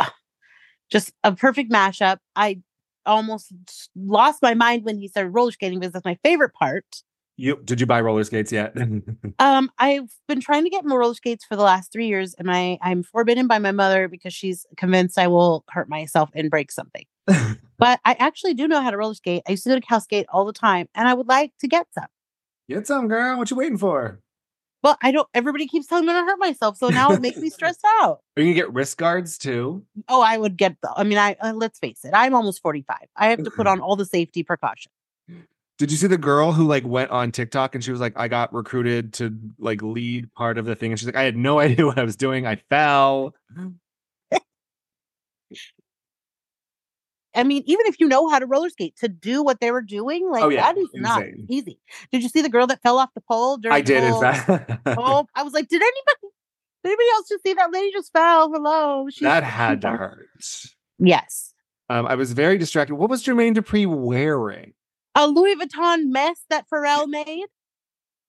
A: just a perfect mashup. I almost lost my mind when he started roller skating because that's my favorite part.
B: You did you buy roller skates yet?
A: Um, I've been trying to get more roller skates for the last three years, and I I'm forbidden by my mother because she's convinced I will hurt myself and break something. but I actually do know how to roller skate. I used to go to Cal Skate all the time, and I would like to get some.
B: Get some, girl. What you waiting for?
A: But I don't. Everybody keeps telling me I'm gonna hurt myself, so now it makes me stressed out.
B: Are you gonna get wrist guards too?
A: Oh, I would get. The, I mean, I uh, let's face it. I'm almost 45. I have to put
B: Mm-hmm.
A: on all the safety precautions.
B: Did you see the girl who like went on TikTok and she was like, I got recruited to like lead part of the thing? And she's like, I had no idea what I was doing. I fell.
A: I mean, even if you know how to roller skate, to do what they were doing, like
B: Oh, yeah.
A: that is not
B: Insane.
A: easy. Did you see the girl that fell off the pole? During
B: I did,
A: the
B: in
A: whole-
B: fact.
A: Oh, I was like, did anybody? Did anybody else just see that lady just fell? Hello. She,
B: that had to
A: fell.
B: hurt.
A: Yes.
B: Um, I was very distracted. What was Jermaine Dupree wearing?
A: A Louis Vuitton mess that Pharrell made.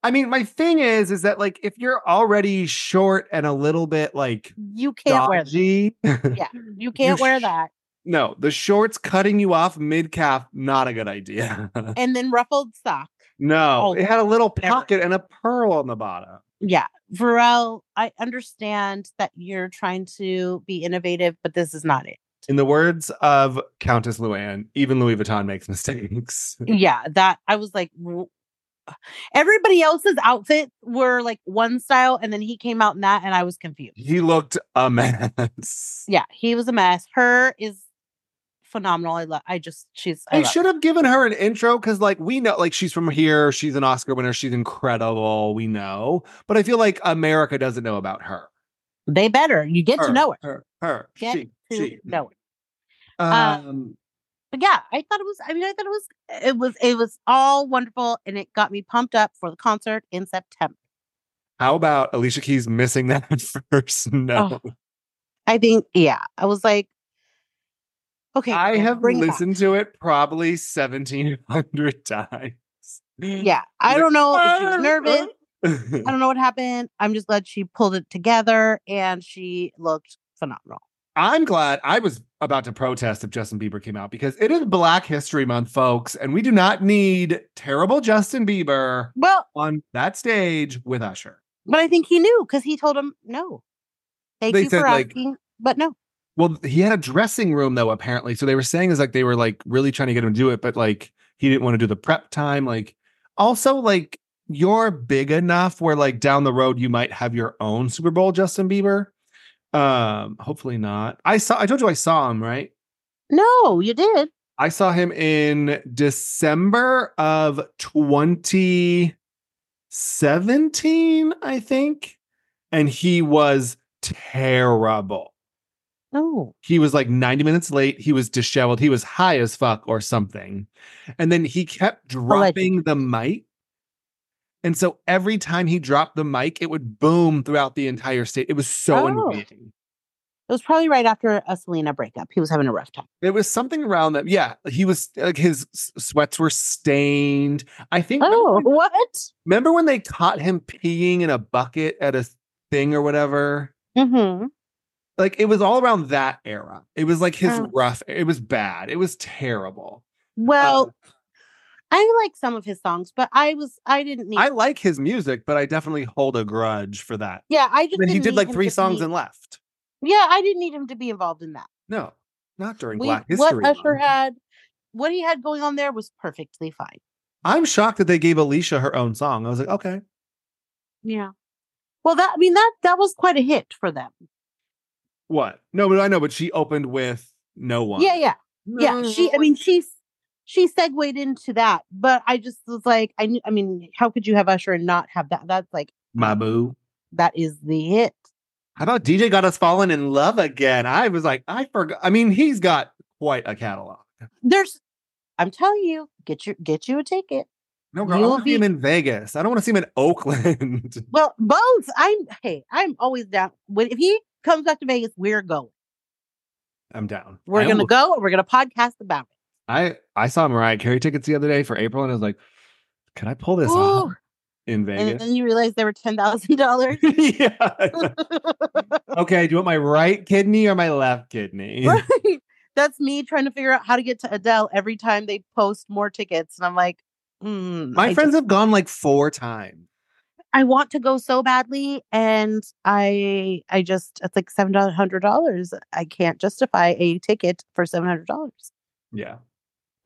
B: I mean, my thing is, is that like if you're already short and a little bit like
A: You can't wear that.
B: dodgy,
A: Yeah. You can't wear
B: sh-
A: that.
B: no, the shorts cutting you off mid calf, not a good idea.
A: And then ruffled sock.
B: no,
A: Oh,
B: it had a little
A: never.
B: pocket and a pearl on the bottom.
A: Yeah. Pharrell, I understand that you're trying to be innovative, but this is not it.
B: In the words of Countess Luann, even Louis Vuitton makes mistakes.
A: Yeah. That I was like, w- everybody else's outfits were like one style. And then he came out in that. And I was confused.
B: he looked a mess.
A: yeah, he was a mess. Her is phenomenal. I love. I just she's. I
B: They
A: love
B: should have given her an intro because, like, we know, like, she's from here. She's an Oscar winner. She's incredible. We know. But I feel like America doesn't know about her.
A: her. They better. You get to know her.
B: Her. her
A: Get
B: she.
A: To
B: she.
A: know her. Uh,
B: Um,
A: But yeah, I thought it was. I mean, I thought it was. It was. It was all wonderful, and it got me pumped up for the concert in September.
B: how about Alicia Keys missing that first
A: Oh,
B: note?
A: I think. Yeah, I was like, okay.
B: I
A: girl,
B: have
A: bring it back.
B: listened to it probably 1700 times.
A: Yeah, I
B: Like,
A: don't know if she was nervous. I
B: nervous.
A: don't know what happened. I'm just glad she pulled it together, and she looked phenomenal.
B: I'm glad I was about to protest if Justin Bieber came out because it is Black History Month, folks, and we do not need terrible Justin Bieber
A: Well,
B: on that stage with Usher.
A: But I think he knew because he told him no. Thank
B: They
A: you
B: said,
A: for
B: like-
A: asking, but no.
B: Well, he had a dressing room though, apparently. So they were saying is like they were like really trying to get him to do it, but like he didn't want to do the prep time. Like also like you're big enough where like down the road you might have your own Super Bowl Justin Bieber. Um, hopefully not. I saw I told you I saw him, right?
A: No, you did.
B: I saw him in December of 2017, I think. And he was terrible.
A: Oh,
B: He was like 90 minutes late. He was disheveled. He was high as fuck or something. And then he kept dropping the mic. And so every time he dropped the mic, it would boom throughout the entire state. It was so
A: Oh.
B: annoying.
A: it was probably right after a Selena breakup. He was having a rough time.
B: There was something around that. Yeah, he was like his s- sweats were stained. I think
A: Oh, what?
B: Remember when they caught him peeing in a bucket at a thing or whatever?
A: Mm-hmm.
B: Like it was all around that era. It was like his
A: Oh.
B: rough, it was bad. It was terrible. Um,
A: Well, I like some of his songs, but I was I didn't need.
B: I like his music, but I definitely hold a grudge for that.
A: yeah, I just
B: But he
A: didn't
B: did
A: need
B: like
A: him
B: three
A: to
B: songs
A: be-
B: and left.
A: yeah, I didn't need him to be involved in that.
B: No, not during
A: We,
B: Black
A: what
B: History.
A: Usher
B: Month.
A: had, what he had going on there was perfectly fine.
B: I'm shocked that they gave Alicia her own song. I was like, okay.
A: Yeah. Well, that I mean that that was quite a hit for them.
B: What? No, but I know, but she opened with no one.
A: Yeah, yeah. yeah she i mean she's she segued into that but i just was like i knew i mean how could you have usher and not have that that's like
B: My boo.
A: that is the hit
B: How about DJ got us falling in love again? I was like, I forgot. I mean, he's got quite a catalog.
A: there's i'm telling you get your get you a ticket
B: No, girl, I
A: You'll
B: want to see him
A: be-
B: in Vegas. I don't want to see him in Oakland.
A: well both i'm hey i'm always down when if he comes back to vegas we're going
B: I'm down.
A: we're
B: I
A: gonna
B: almost-
A: go and we're gonna podcast about it
B: I I saw Mariah Carey tickets the other day for April, and I was like, Can I pull this
A: Ooh.
B: off in
A: And
B: Vegas?
A: then you realize they were ten thousand dollars.
B: yeah. okay. Do you want my right kidney or my left kidney?
A: Right. That's me trying to figure out how to get to Adele every time they post more tickets, and I'm like, mm,
B: My
A: I
B: friends have gone like four times.
A: just- I want to go so badly, and I, I just it's like seven hundred dollars. I can't justify a ticket for seven hundred dollars.
B: Yeah.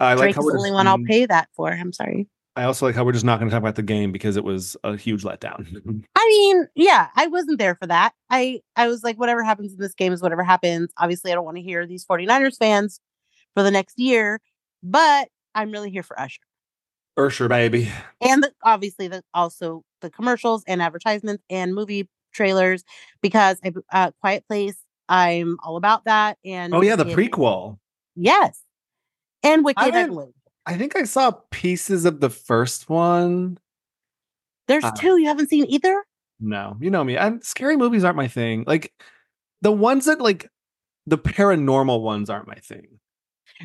B: I like
A: Drake's
B: how
A: the
B: we're
A: only
B: just- Mm.
A: one I'll pay that for. I'm sorry.
B: I also like how we're just not going to talk about the game because it was a huge letdown.
A: I mean, yeah, I wasn't there for that. I I was like, whatever happens in this game is whatever happens. Obviously, I don't want to hear these 49ers fans for the next year, but I'm really here for Usher.
B: Ursher, baby.
A: And the, obviously, the, also the commercials and advertisements and movie trailers because I, uh, Quiet Place, I'm all about that. And
B: Oh yeah, the
A: it-
B: prequel.
A: Yes. And Wicked
B: haven't-
A: Ugly.
B: I think I saw pieces of the first one.
A: There's
B: uh,
A: two you haven't seen either.
B: No, you know me. I'm scary movies aren't my thing. Like the ones that like the paranormal ones aren't my thing.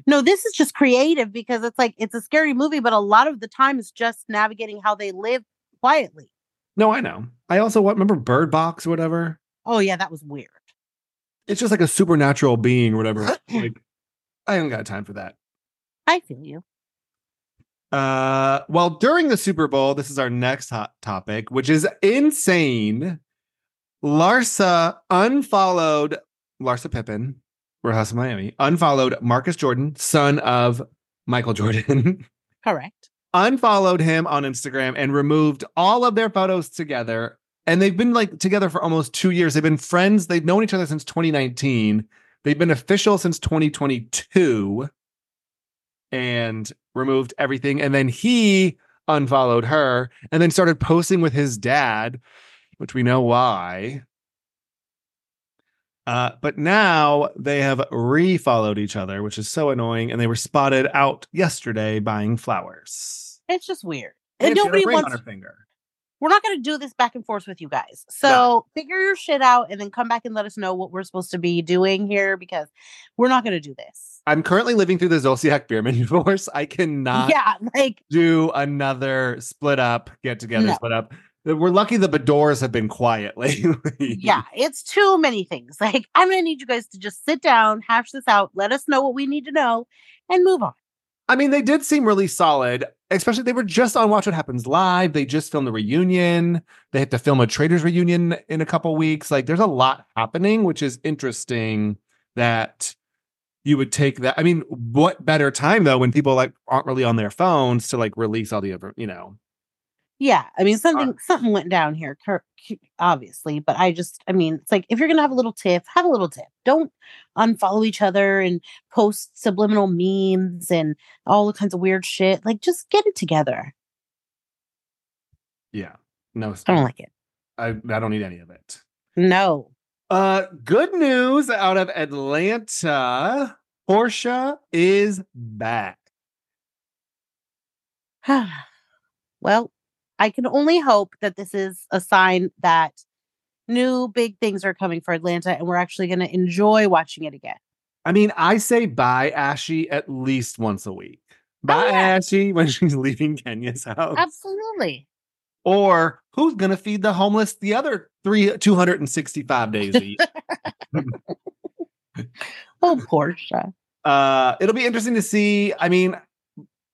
A: No, this is just creative because it's like it's a scary movie, but a lot of the time it's just navigating how they live quietly.
B: No, I know. I also what remember Bird Box or whatever.
A: Oh yeah, that was weird.
B: It's just like a supernatural being or whatever. like I haven't got time for that.
A: I feel you.
B: Uh, well, during the Super Bowl, this is our next hot topic, which is insane. Larsa unfollowed Larsa Pippen, Rojas Miami, unfollowed Marcus Jordan, son of Michael Jordan,
A: Correct.
B: unfollowed him on Instagram and removed all of their photos together. And they've been like together for almost two years. They've been friends. They've known each other since 2019. They've been official since 2022 and removed everything. And then he unfollowed her and then started posting with his dad, which we know why. Uh, but now they have refollowed each other, which is so annoying. And they were spotted out yesterday buying flowers.
A: It's just weird.
B: And
A: And
B: she had a
A: nobody
B: ring on
A: wants
B: her finger.
A: we're not gonna do this back and forth with you guys. So
B: No.
A: figure your shit out and then come back and let us know what we're supposed to be doing here because we're not gonna do this.
B: I'm currently living through the Zolciak Bierman divorce. I cannot
A: yeah, like
B: do another split up, get together,
A: No.
B: split up. We're lucky the Badors have been quiet lately.
A: yeah, it's too many things. Like I'm gonna need you guys to just sit down, hash this out, let us know what we need to know, and move on.
B: I mean, they did seem really solid, especially they were just on Watch What Happens Live. They just filmed the reunion. They have to film a traders reunion in a couple weeks. Like there's a lot happening, which is interesting that you would take that. I mean, what better time though when people like aren't really on their phones to like release all the other, you know.
A: Yeah, I mean something something went down here, cur- cu- obviously. But I just, I mean, it's like if you're gonna have a little tiff, have a little tiff. Don't unfollow each other and post subliminal memes and all kinds of weird shit. Like, just get it together.
B: Yeah. No,
A: I don't like it.
B: I, I don't need any of it.
A: No,
B: Uh, good news out of Atlanta. Portia is back.
A: well, I can only hope that this is a sign that new big things are coming for Atlanta, and we're actually gonna enjoy watching it again.
B: I mean, I say bye, Ashy, at least once a week. Bye,
A: yeah.
B: Ashy, when she's leaving Kenya's house.
A: Absolutely.
B: or who's going to feed the homeless the other three, 265 days a year?
A: Oh, Portia.
B: uh, it'll be interesting to see. I mean,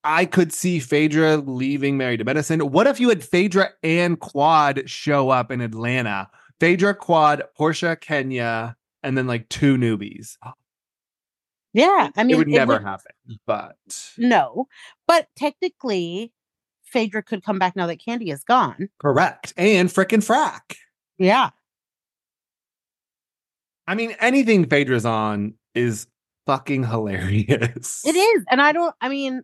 B: I could see Phaedra leaving Mary to Medicine. What if you had Phaedra and Quad show up in Atlanta? Phaedra, Quad, Portia, Kenya, and then like two newbies.
A: Yeah, I mean,
B: it would never
A: happen.
B: happen, but
A: No, but technically, Phaedra could come back now that Candy is gone.
B: correct. And frickin' frack.
A: Yeah.
B: I mean, anything Phaedra's on is fucking hilarious.
A: It is. And I don't, I mean,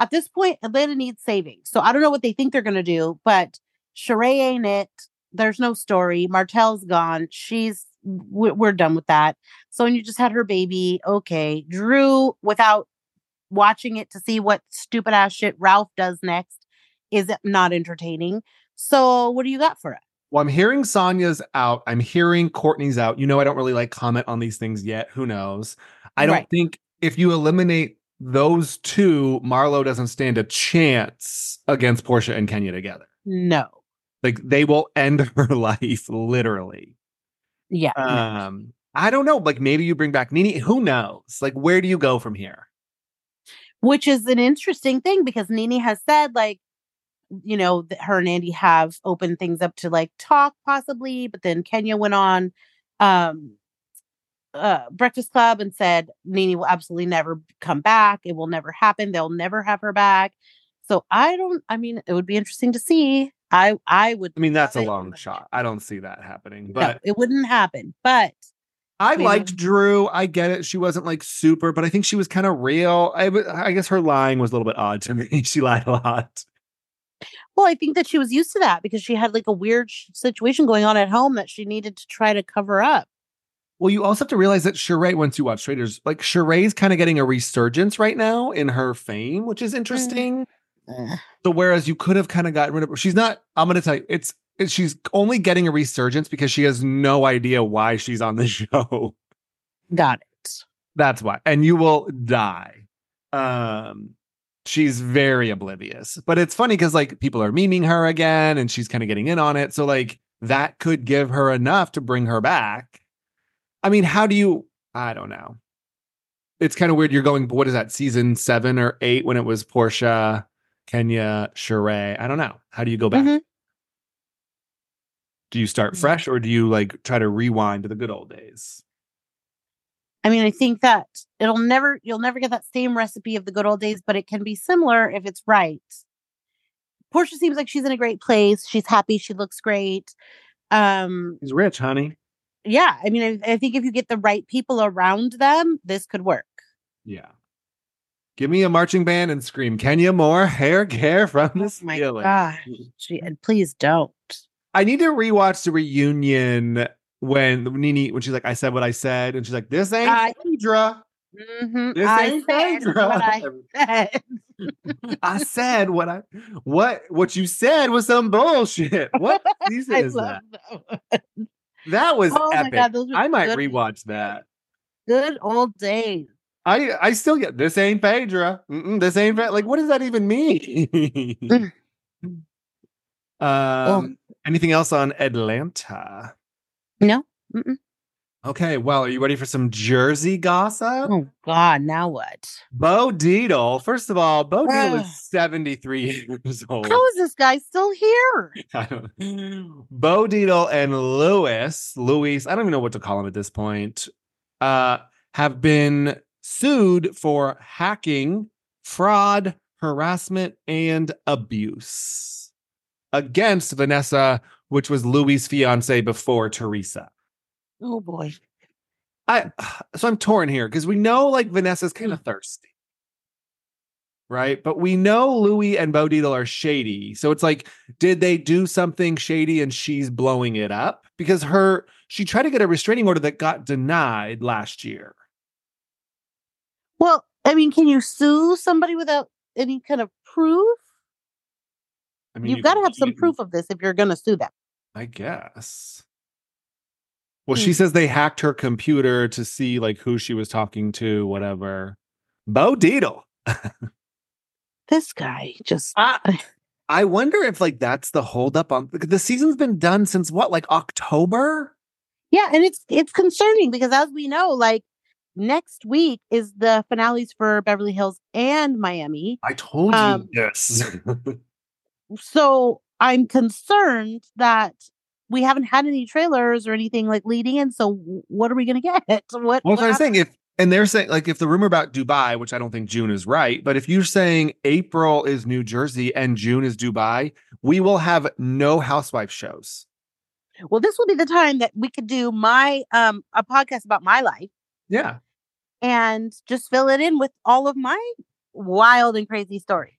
A: at this point, Atlanta needs saving. So I don't know what they think they're going to do, but Sheree ain't it. There's no story. Martell's gone. She's, we- we're done with that. Sonya just had her baby. Okay. Drew, without watching it to see what stupid ass shit Ralph does next, is not entertaining. So what do you got for us?
B: Well, I'm hearing Sonya's out. I'm hearing Courtney's out. You know, I don't really like comment on these things yet. Who knows? I don't
A: Right.
B: think if you eliminate those two, Marlowe doesn't stand a chance against Portia and Kenya together.
A: No.
B: Like they will end her life literally.
A: Yeah.
B: Um, I don't know. Like maybe you bring back Nini. Who knows? Like where do you go from here?
A: Which is an interesting thing because Nini has said, like, you know, that her and Andy have opened things up to like talk possibly, but then Kenya went on um uh Breakfast Club and said Nini will absolutely never come back. It will never happen. They'll never have her back. So I don't I mean it would be interesting to see. I I would
B: I mean, that's a
A: Nothing.
B: long shot. I don't see that happening.
A: no,
B: But
A: it wouldn't happen. But
B: I
A: Yeah.
B: liked Drew. I get it. She wasn't like super, but I think she was kind of real. I, w- I guess her lying was a little bit odd to me. she lied a lot.
A: Well, I think that she was used to that because she had like a weird sh- situation going on at home that she needed to try to cover up.
B: Well, you also have to realize that Sheree, once you watch Traders, like Sheree's kind of getting a resurgence right now in her fame, which is interesting. So whereas you could have kind of gotten rid of, she's not. I'm going to tell you, it's it- she's only getting a resurgence because she has no idea why she's on the show.
A: Got it.
B: That's why. And you will die. Um she's very oblivious. But it's funny cuz like people are memeing her again and she's kind of getting in on it. So like that could give her enough to bring her back. I mean, how do you I don't know. It's kind of weird you're going what is that season 7 or 8 when it was Portia, Kenya, Sheree. I don't know. How do you go back?
A: Mhm.
B: Do you start fresh or do you like try to rewind to the good old days?
A: I mean, I think that it'll never, you'll never get that same recipe of the good old days, but it can be similar if it's right. Portia seems like she's in a great place. She's happy. She looks great. Um,
B: He's rich, honey.
A: yeah. I mean, I, I think if you get the right people around them, this could work.
B: Yeah. Give me a marching band and scream Kenya Moore hair care from the
A: Oh my
B: ceiling.
A: gosh. Gee, and please don't.
B: I need to rewatch the reunion when Nini when she's like, I said what I said, and she's like, This ain't
A: I-
B: Phaedra.
A: Mhm,
B: This
A: I
B: ain't
A: said what I
B: Phaedra.
A: said.
B: I said what I what what you said was some bullshit. What this
A: I
B: is
A: love
B: that?
A: that.
B: That was
A: Oh
B: epic.
A: my god, those were
B: I might
A: good,
B: rewatch that.
A: good old days.
B: I I still get this ain't Phaedra. Mm-mm, this ain't Phaedra. like what does that even mean? um, anything else on Atlanta?
A: No, mm-mm.
B: Okay, well, are you ready for some Jersey gossip?
A: Oh god, now what?
B: Bo Deedle. First of all, Bo Deedle
A: Ugh.
B: is 73 years old.
A: How is this guy still here?
B: I don't- Bo Deedle and Lewis, Luis, I don't even know what to call him at this point, uh, have been sued for hacking, fraud, harassment, and abuse against Vanessa, which was Louis' fiance before Teresa.
A: Oh boy.
B: I so I'm torn here because we know like Vanessa's kind
A: Mm.
B: of thirsty. Right. But we know Louis and Bo Deedle are shady. So it's like, did they do something shady and she's blowing it up? Because her she tried to get a restraining order that got denied last year.
A: Well, I mean, can you sue somebody without any kind of proof?
B: I mean
A: You've got to
B: can
A: have some
B: cheat and-
A: proof of this if you're going to sue them.
B: I guess. Well,
A: Hmm.
B: she says they hacked her computer to see like who she was talking to, whatever. Bo Deedle.
A: This guy just
B: I, I wonder if like that's the holdup on the season's been done since what, like October?
A: Yeah, and it's it's concerning because as we know, like next week is the finales for Beverly Hills and Miami.
B: I told
A: Um,
B: you this.
A: so I'm concerned that we haven't had any trailers or anything like leading in. So w- what are we gonna get? What?
B: well, that's what I'm
A: hap-
B: saying. If and they're saying like if the rumor about Dubai, which I don't think June is right, but if you're saying April is New Jersey and June is Dubai, we will have no housewife shows.
A: Well, this will be the time that we could do my um a podcast about my life
B: Yeah.
A: and just fill it in with all of my wild and crazy stories.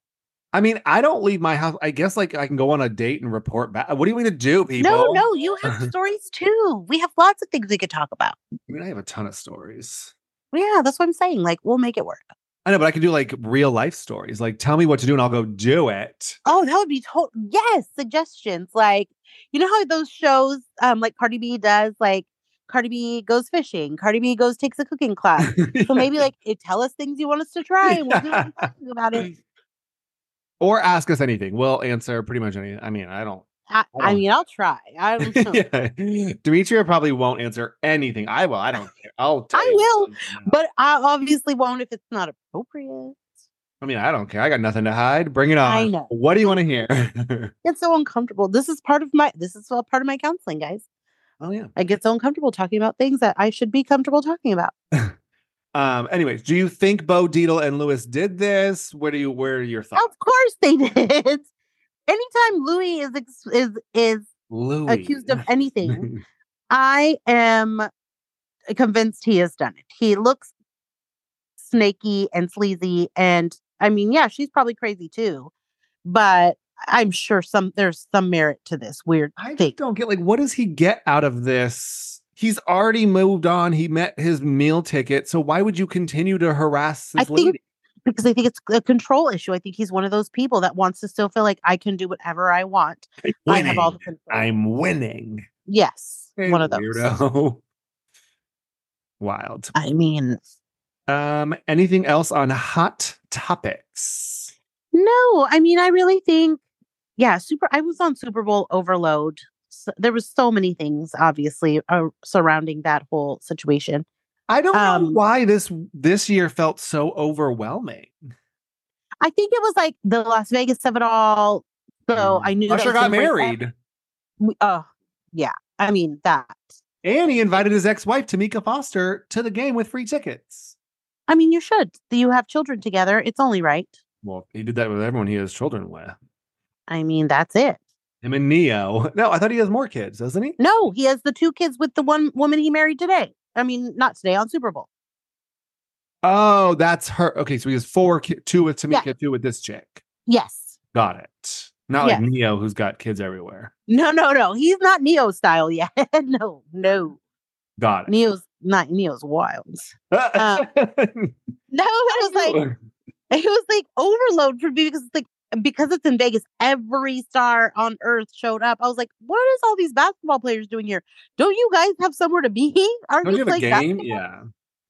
B: I mean, I don't leave my house. I guess like I can go on a date and report back. What do you mean to do, people?
A: No, no, you have stories too. We have lots of things we could talk about.
B: I mean, I have a ton of stories.
A: Yeah, that's what I'm saying. Like we'll make it work.
B: I know, but I can do like real life stories. Like, tell me what to do and I'll go do it.
A: Oh, that would be total. Yes, suggestions. Like, you know how those shows, um, like Cardi B does, like Cardi B goes fishing. Cardi B goes takes a cooking class. So maybe like it tell us things you want us to try and we'll do
B: Yeah.
A: an interview about it.
B: or ask us anything. We'll answer pretty much any. I mean, I don't.
A: I, I
B: Oh.
A: mean, I'll try. I don't know.
B: yeah. Demetria probably won't answer anything. I will. I don't care. I'll. tell
A: I
B: you
A: will.
B: something.
A: But I obviously won't if it's not appropriate.
B: I mean, I don't care. I got nothing to hide. Bring it on.
A: I know.
B: What do you want to hear?
A: It's so uncomfortable. This is part of my this is all part of my counseling, guys.
B: oh yeah.
A: I get so uncomfortable talking about things that I should be comfortable talking about.
B: Um. Anyways, do you think Bo Deedle and Lewis did this? What do you? Where are your thoughts?
A: Of course they did. Anytime Louis is ex- is is
B: Louis
A: accused of anything, I am convinced he has done it. He looks snaky and sleazy, and I mean, yeah, she's probably crazy too, but I'm sure some there's some merit to this weird
B: I just
A: thing.
B: don't get like what does he get out of this? He's already moved on. He met his meal ticket. So why would you continue to harass this
A: I think-
B: lady?
A: because I think it's a control issue. I think he's one of those people that wants to still feel like I can do whatever I want. I have all the control.
B: I'm winning.
A: yes,
B: Hey,
A: one of those.
B: Weirdo. Wild.
A: I mean,
B: Um, anything else on hot topics?
A: No, I mean, I really think, yeah, super. I was on Super Bowl overload. So, there was so many things, obviously, uh, surrounding that whole situation.
B: I don't know
A: Um,
B: why this this year felt so overwhelming.
A: I think it was like the Las Vegas of it all. So I knew that
B: Mm. Usher
A: was
B: got
A: gonna break up.
B: married
A: We- Oh, yeah. I mean that.
B: and he invited his ex-wife Tamika Foster to the game with free tickets.
A: I mean, you should. You have children together. It's only right.
B: Well, he did that with everyone he has children with.
A: I mean, that's it.
B: Him and Neo. No, I thought he has more kids, doesn't he?
A: No, he has the two kids with the one woman he married today. I mean, not today on Super Bowl.
B: Oh, that's her. Okay, so he has four, ki- two with
A: Yeah.
B: Tamika, two with this chick.
A: Yes.
B: Got it. Not like Neo, who's got kids everywhere.
A: No, no, no. He's not Neo style yet. no, no.
B: Got it.
A: Neo's not Neo's wild. uh, No, it was like it was like overload for me because it's like because it's in Vegas, every star on earth showed up. I was like, what is all these basketball players doing here? Don't you guys have somewhere to be? Aren't
B: Don't you have a
A: playing
B: game?
A: basketball?"
B: Yeah.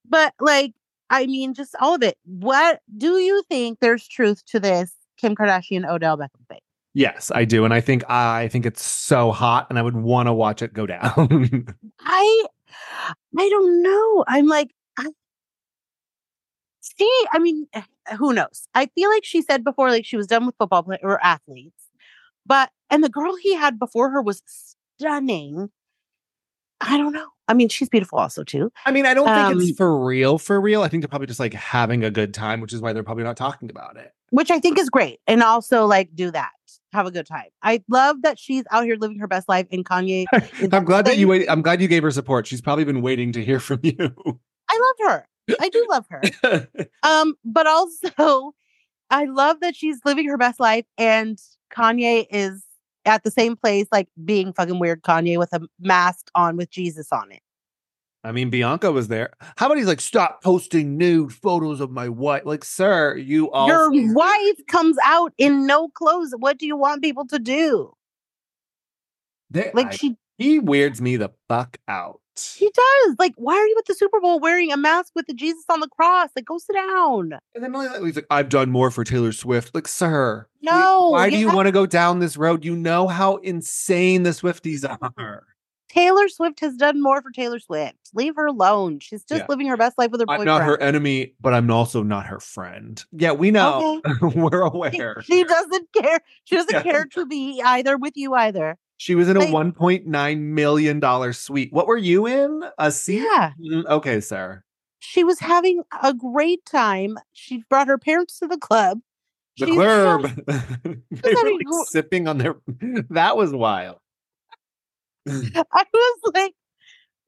A: But like, I mean, just all of it. What do you think there's truth to this Kim Kardashian Odell Beckham thing?
B: Yes, I do, and I think I think it's so hot, and I would want to watch it go down.
A: I I don't know. I'm like I see, I mean, eh, who knows? I feel like she said before like she was done with football play- or athletes. But and the girl he had before her was stunning. I don't know. I mean, she's beautiful also too.
B: I mean, I don't think
A: Um,
B: it's for real, for real. I think they're probably just like having a good time, which is why they're probably not talking about it.
A: which I think is great. And also, like, do that. Have a good time. I love that she's out here living her best life. And Kanye, is-
B: I'm glad that
A: Thank-
B: you. Wait, I'm glad you gave her support. She's probably been waiting to hear from you.
A: I love her. I do love her. Um, but also, I love that she's living her best life, and Kanye is at the same place, like being fucking weird Kanye with a mask on with Jesus on it.
B: I mean, Bianca was there. How about he's like, stop posting nude photos of my wife? Like, sir, you all.
A: Your wife comes out in no clothes. What do you want people to do?
B: They-
A: Like
B: I-
A: she
B: he weirds me the fuck out.
A: she does. Like, why are you at the Super Bowl wearing a mask with the Jesus on the cross? Like, go sit down.
B: And then like, he's like, I've done more for Taylor Swift. Like, sir, we-
A: No,
B: why do
A: you
B: you
A: have-
B: want to go down this road? You know how insane the Swifties are.
A: Taylor Swift has done more for Taylor Swift. Leave her alone. She's just
B: Yeah.
A: living her best life with her
B: I'm
A: boyfriend.
B: not her enemy, but I'm also not her friend. Yeah, we know.
A: Okay.
B: We're
A: She-
B: aware.
A: She doesn't care. She doesn't
B: Yeah.
A: care to be either with you either.
B: She was in a
A: Like-
B: $1.9 million suite. What were you in? A seat?
A: Yeah.
B: Mm, Okay, sir.
A: She was having a great time. She brought her parents to the club.
B: The
A: She's
B: club.
A: so-
B: they were
A: having
B: like
A: gl-
B: sipping on their. That was wild.
A: I was like,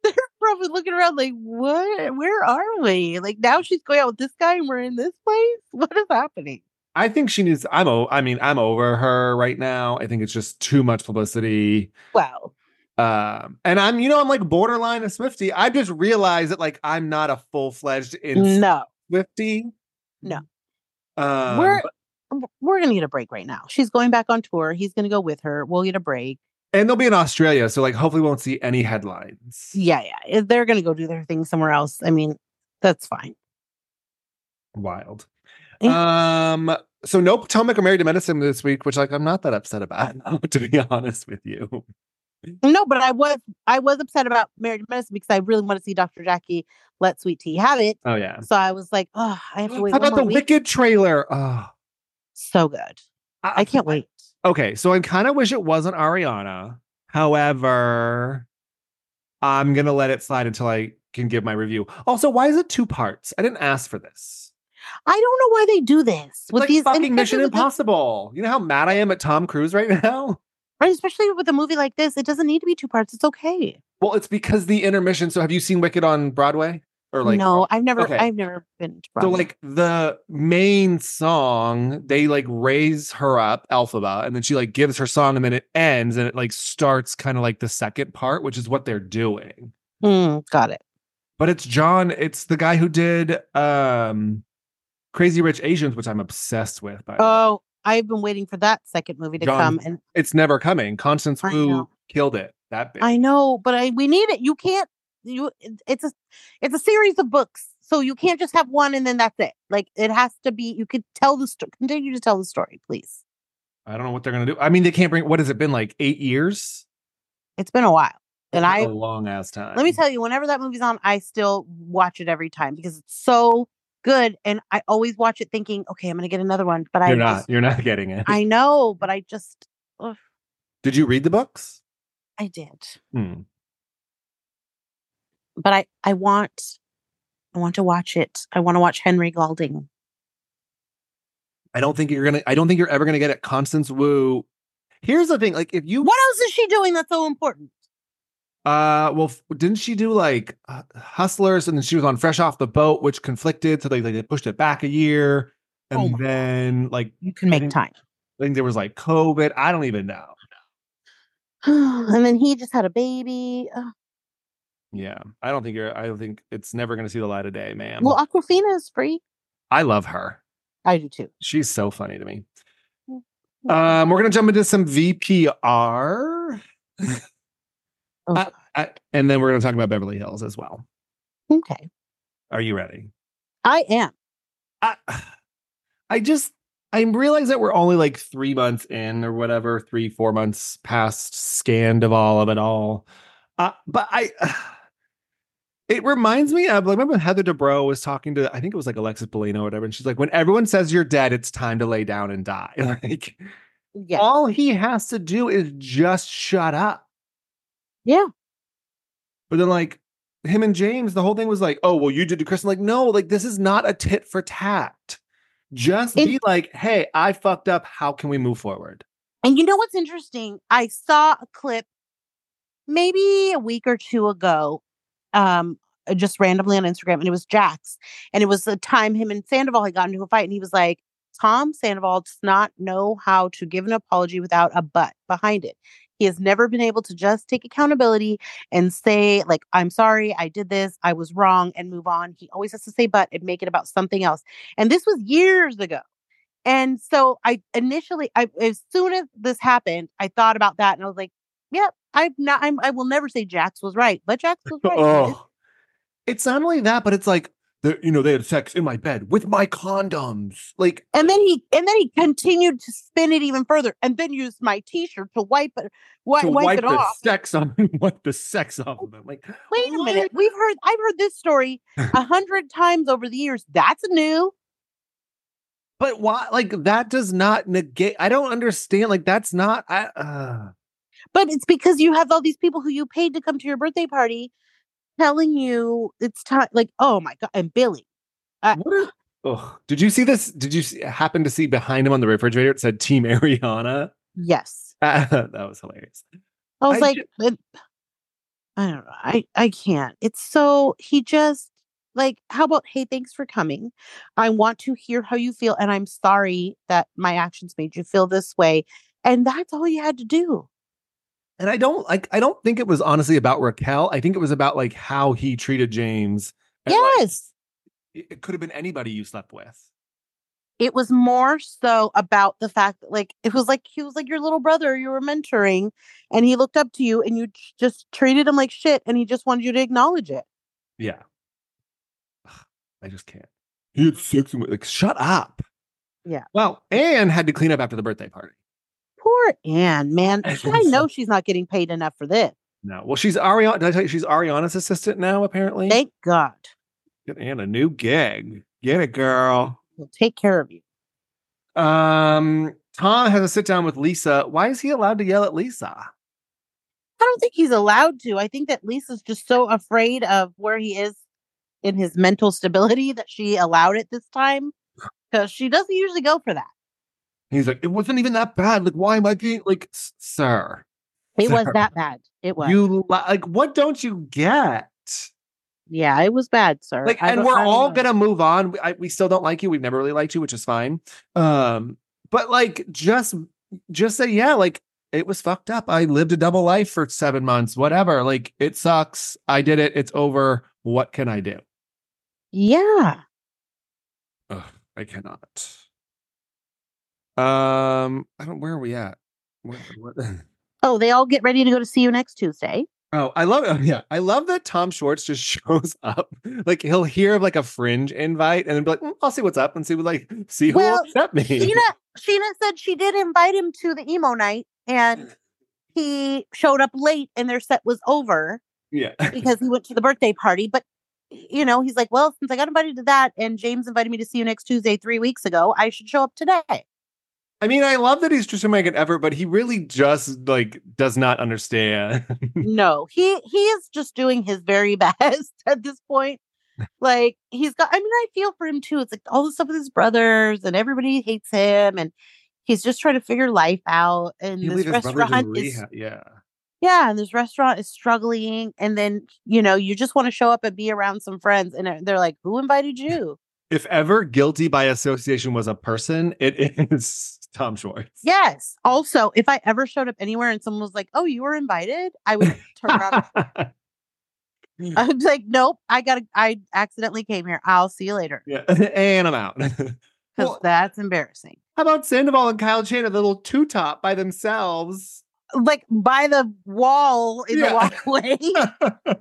A: they're probably looking around like, what? Where are we? Like now she's going out with this guy and we're in this place. What is happening?
B: I think she needs. I'm. O- I mean, I'm over her right now. I think it's just too much publicity.
A: Wow.
B: Um, and I'm, you know, I'm like borderline a Swifty. I just realized that like I'm not a full fledged in
A: No.
B: Swifty.
A: No.
B: Um,
A: we're we're gonna get a break right now. She's going back on tour. He's gonna go with her. We'll get a break.
B: and they'll be in Australia, so like hopefully we won't see any headlines.
A: Yeah, yeah. If They're gonna go do their thing somewhere else. I mean, that's fine.
B: Wild.
A: Eh.
B: Um. So no Potomac or Married to Medicine this week, which like I'm not that upset about, to be honest with you.
A: No, but I was I was upset about Married to Medicine because I really want to see Dr. Jackie let Sweet Tea have it.
B: Oh yeah.
A: So I was like, oh, I have to
B: How
A: wait. one
B: about
A: more
B: the
A: week.
B: Wicked trailer? Oh,
A: So good. I can't wait.
B: Okay, so I kind of wish it wasn't Ariana. However, I'm gonna let it slide until I can give my review. Also, why is it two parts? I didn't ask for this.
A: I don't know why they do this
B: It's
A: with
B: like
A: these and
B: fucking Mission
A: especially with this-
B: Impossible. You know how mad I am at Tom Cruise right now.
A: right, especially with a movie like this, it doesn't need to be two parts. It's okay.
B: Well, it's because the intermission. So, have you seen Wicked on Broadway or like
A: no, I've never,
B: okay.
A: I've never been. To
B: So
A: Broadway.
B: like the main song, they like raise her up, Alphaba, and then she like gives her song, and then it ends, and it like starts kind of like the second part, which is what they're doing.
A: Mm, got it.
B: But it's John, it's the guy who did um Crazy Rich Asians, which I'm obsessed with. By the way.
A: Oh, I've been waiting for that second movie to
B: Uh, John-
A: come, and
B: it's never coming. Constance
A: I
B: Wu
A: know.
B: killed it. That bitch.
A: I know, but I we need it. You can't. You it's a it's a series of books, so you can't just have one and then that's it. Like it has to be. You could tell the story. Continue to tell the story, please.
B: I don't know what they're gonna do. I mean, they can't bring. What has it been like eight years?
A: It's been a while, and
B: That's
A: I
B: a long ass time.
A: let me tell you, whenever that movie's on, I still watch it every time because it's so good, and I always watch it thinking, okay, I'm gonna get another one, but I
B: You're not.
A: just-
B: You're not getting it.
A: I know, but I just
B: Did you read the books?
A: I did.
B: Hmm.
A: but I I want I want to watch it. I want to watch Henry Golding.
B: I don't think you're gonna. I don't think you're ever gonna get it. Constance Wu. Here's the thing. Like, if you,
A: What else is she doing that's so important?
B: uh, well, f- didn't she do like uh, Hustlers, and then she was on Fresh Off the Boat, which conflicted, so they like, they pushed it back a year,
A: Oh
B: and
A: my God.
B: then like
A: You can make
B: didn't-
A: time.
B: I think there was like COVID. I don't even know.
A: and then he just had a baby. Ugh.
B: Yeah, I don't think you're. I don't think it's never gonna see the light of day, man.
A: Well, Aquafina is free.
B: I love her.
A: I do too.
B: She's so funny to me. Um, we're gonna jump into some VPR.
A: Oh,
B: I- I- and then we're gonna talk about Beverly Hills as well.
A: Okay,
B: Are you ready?
A: I am.
B: I I just I realize that we're only like three months in or whatever, three, four months past scanned of all of it all. Uh, but I it reminds me of like remember Heather Dubrow was talking to I think it was like Alexis Bellino or whatever, and she's like, when everyone says you're dead, it's time to lay down and die. Like
A: Yeah,
B: all he has to do is just shut up.
A: yeah.
B: But then like him and James, the whole thing was like, oh well, you did to Kristen. Like, no, like this is not a tit for tat. Just
A: It-
B: be like, hey, I fucked up. How can we move forward?
A: And you know what's interesting? I saw a clip maybe a week or two ago, um, uh, just randomly on Instagram, and it was Jax. And it was the time him and Sandoval had gotten into a fight, and he was like, Tom Sandoval does not know how to give an apology without a but behind it. He has never been able to just take accountability and say, like, I'm sorry, I did this, I was wrong, and move on. He always has to say but and make it about something else. And this was years ago. And so I initially, I as soon as this happened, I thought about that and I was like, "Yep, I'm not. I'm, I will never say Jax was right, but Jax was right.
B: Oh, it's not only that, but it's like the you know they had sex in my bed with my condoms. Like
A: And then he, and then he continued to spin it even further, and then used my T-shirt to wipe it, wi-
B: to
A: wipe,
B: wipe
A: it
B: the
A: off.
B: sex on wipe the sex off of them. Like
A: Wait a
B: what?
A: minute, we've heard, I've heard this story a hundred times over the years. That's new.
B: But why? Like that does not negate. I don't understand. Like that's not. I, uh,
A: But it's because you have all these people who you paid to come to your birthday party, telling you it's time. Like, oh my god, and Billy. I-
B: What is- Ugh. Did you see this? Did you see, happen to see behind him on the refrigerator? It said Team Ariana.
A: Yes.
B: that was hilarious.
A: I was
B: I
A: like,
B: ju-
A: "But- I don't know. I I can't. It's so he just like, how about hey, thanks for coming. I want to hear how you feel, and I'm sorry that my actions made you feel this way. And that's all you had to do.
B: And I don't like. I don't think it was honestly about Raquel. I think it was about like how he treated James. And, like, it-
A: yes.
B: it could have been anybody you slept with.
A: it was more so about the fact that like it was like he was like your little brother you were mentoring and he looked up to you and you j- just treated him like shit and he just wanted you to acknowledge it
B: Yeah. Ugh, I just can't. He had sex with like shut up.
A: Yeah.
B: Well, Anne had to clean up after the birthday party.
A: poor anne man i know she's not getting paid enough for this
B: No. Well, she's Ariana. Did I tell you she's Ariana's assistant now, apparently?
A: thank god
B: Get Anne a new gig. Get it, girl.
A: he'll take care of you
B: Um, Tom has a sit down with Lisa. Why is he allowed to yell at Lisa?
A: i don't think he's allowed to i think that lisa's just so afraid of where he is in his mental stability that she allowed it this time because she doesn't usually go for that
B: He's like, it wasn't even that bad. Like, why am I being like, s- sir?
A: it was
B: Sarah,
A: that bad it was
B: You li- like, what don't you get?
A: yeah it was bad sir
B: Like,
A: I
B: and
A: don't-
B: we're
A: I don't
B: all
A: know.
B: gonna move on. We, I, we still don't like you. We've never really liked you, which is fine. Um, but like, just just say, yeah, like it was fucked up. I lived a double life for seven months. Whatever. Like, it sucks. I did it. It's over. What can I do?
A: yeah
B: Ugh, I cannot. Um, I don't. Where are we at? What, what?
A: Oh, they all get ready to go to see you next Tuesday.
B: Oh, I love. oh, yeah, I love that Tom Schwartz just shows up. Like he'll hear of like a fringe invite and then be like, "Mm, "I'll see what's up and see what like see who will
A: Well,
B: accept me."
A: Sheena, Sheena said she did invite him to the emo night and he showed up late and their set was over
B: yeah,
A: because he went to the birthday party. But, you know, he's like, well, since I got invited to that and James invited me to see you next Tuesday three weeks ago, I should show up today.
B: I mean, I love that he's just trying to make an effort, but he really just like does not understand.
A: no, he he is just doing his very best at this point. Like he's got I mean, I feel for him too. It's like all the stuff with his brothers and everybody hates him and he's just trying to figure life out. And
B: You
A: this
B: leave his brothers in
A: restaurant is
B: rehab, Yeah,
A: yeah, and this restaurant is struggling. And then, you know, you just want to show up and be around some friends. And they're- they're like, Who invited you?
B: if ever guilty by association was a person, it is Tom Schwartz.
A: Yes. Also, if I ever showed up anywhere and someone was like, Oh, you were invited, I would turn around I'm like, nope, I gotta I accidentally came here. I'll see you later.
B: yeah, and I'm out.
A: Because
B: Well-
A: that's embarrassing.
B: How about Sandoval and Kyle Chan, a little two top by themselves?
A: Like by the wall in
B: Yeah.
A: the walkway.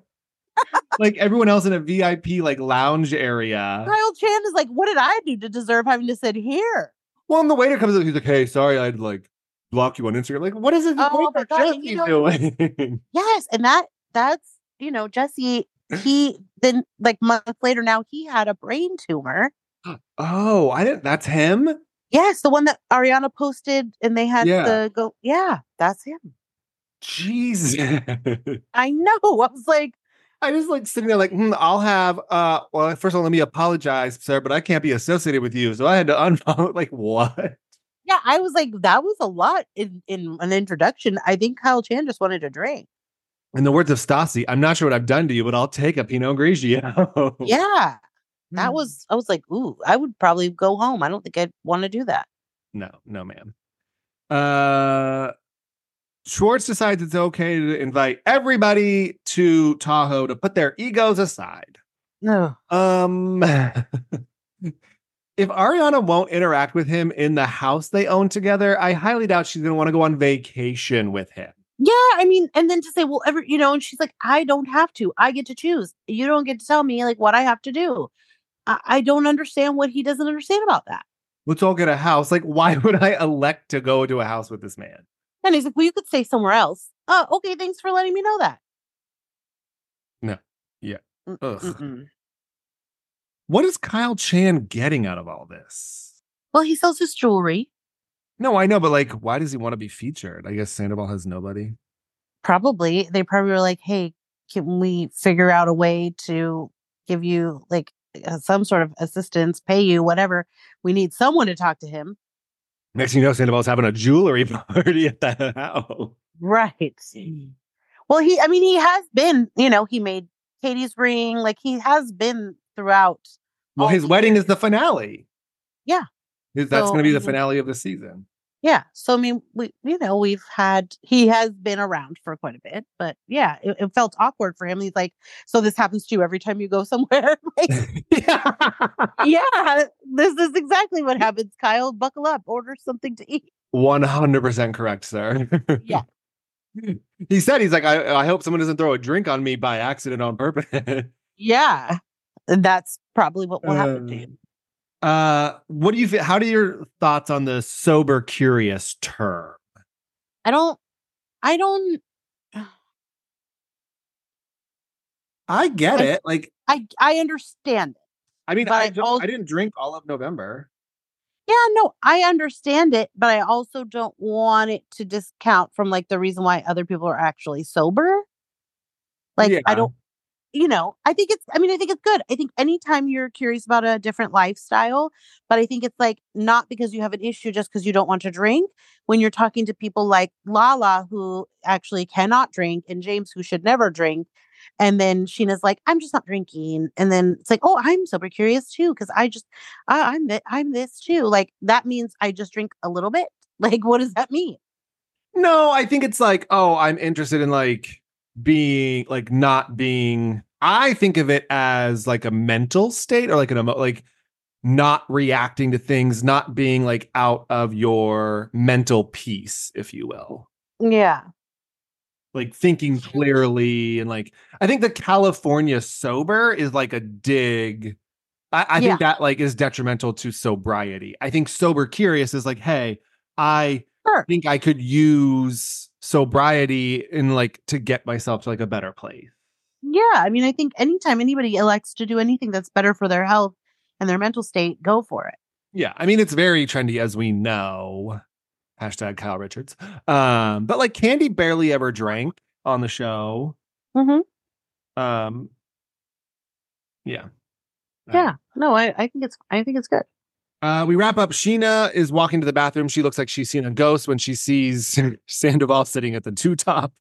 B: like everyone else in a VIP like lounge area.
A: Kyle Chan is like, what did I do to deserve having to sit here?
B: Well, and the waiter comes up, he's like, "Hey, sorry, I'd like block you on Instagram." Like, what is this
A: Oh,
B: waiter
A: my God,
B: Jesse
A: you know-
B: doing?
A: Yes. And that that's, you know, Jesse, he then like months later now he had a brain tumor.
B: oh, I didn't. That's him.
A: Yes, the one that Ariana posted and they had
B: Yeah.
A: the go. Yeah, that's him.
B: Jesus.
A: I know. I was like,
B: I just like sitting there, like, hmm, I'll have. uh Well, first of all, let me apologize, sir, but I can't be associated with you, so I had to unfollow. Like, what?
A: yeah, I was like, that was a lot in, in an introduction. I think Kyle Chan just wanted a drink.
B: In the words of Stassi, I'm not sure what I've done to you, but I'll take a Pinot Grigio.
A: Yeah.
B: Mm.
A: That was I was like, ooh, I would probably go home. I don't think I'd want to do that.
B: no, no, ma'am. Uh, Schwartz decides it's okay to invite everybody to Tahoe to put their egos aside.
A: No.
B: Um, if Ariana won't interact with him in the house they own together, I highly doubt she's going to want to go on vacation with him.
A: Yeah, I mean, and then to say, well, ever you know, and she's like, I don't have to. I get to choose. You don't get to tell me like what I have to do. I, I don't understand what he doesn't understand about that.
B: Let's all get a house. Like, why would I elect to go to a house with this man?
A: And he's like, Well, you could stay somewhere else. Oh, okay, thanks for letting me know that.
B: No. Yeah.
A: Mm,
B: Ugh.
A: mm-mm.
B: What is Kyle Chan getting out of all this?
A: Well, he sells his jewelry.
B: No, I know, but like, why does he want to be featured? I guess Sandoval has nobody.
A: Probably. They probably were like, Hey, can we figure out a way to give you like uh, some sort of assistance, pay you, whatever? We need someone to talk to him.
B: Next thing you know, Sandoval's having a jewelry party at the house.
A: Right. Mm. Well, he, I mean, he has been, you know, he made Katie's ring. Like he has been throughout.
B: Well,
A: Oh,
B: his wedding is the finale.
A: Yeah.
B: His- That's
A: So,
B: going to be
A: I
B: the
A: mean-
B: finale of the season.
A: yeah so i mean we you know we've had he has been around for quite a bit but yeah it, it felt awkward for him he's like so this happens to you every time you go somewhere like, yeah this is exactly what happens kyle buckle up order something to eat
B: 100% correct, sir.
A: Yeah.
B: He said, he's like, I, I hope someone doesn't throw a drink on me by accident on purpose.
A: yeah and that's probably what will happen to
B: Uh,
A: him
B: uh, what do you feel? How do your thoughts on the sober curious term?
A: i don't i don't
B: I get
A: I-
B: it. Like,
A: i i understand
B: I mean,
A: But
B: I,
A: I
B: don't,
A: also-
B: I didn't drink all of November.
A: Yeah, no, I understand it, but I also don't want it to discount from like the reason why other people are actually sober. Like,
B: Yeah.
A: I don't, you know, I think it's, I mean, I think it's good. I think anytime you're curious about a different lifestyle, but I think it's like not because you have an issue just because you don't want to drink. When you're talking to people like Lala, who actually cannot drink, and James, who should never drink. And then Sheena's like, I'm just not drinking. And then it's like, oh, I'm sober curious too, because I just I, I'm th- I'm this too. Like that means I just drink a little bit. Like what does that mean?
B: No, I think it's like, oh, I'm interested in like being like not being. I think of it as like a mental state or like an emo- like not reacting to things, not being like out of your mental peace, if you will.
A: Yeah,
B: Like thinking clearly and like I think the California sober is like a dig. I, I
A: Yeah.
B: think that like is detrimental to sobriety. I think sober curious is like, hey, I
A: sure.
B: think I could use sobriety in like to get myself to like a better place.
A: Yeah, I mean, I think anytime anybody elects to do anything that's better for their health and their mental state, go for it.
B: Yeah, I mean it's very trendy as we know. Hashtag Kyle Richards. Um, but like Candy barely ever drank on the show.
A: Mhm.
B: Um, yeah,
A: Yeah, no, I, I think it's I think it's good.
B: Uh, we wrap up. Sheena is walking to the bathroom. She looks like she's seen a ghost when she sees Sandoval sitting at the two top.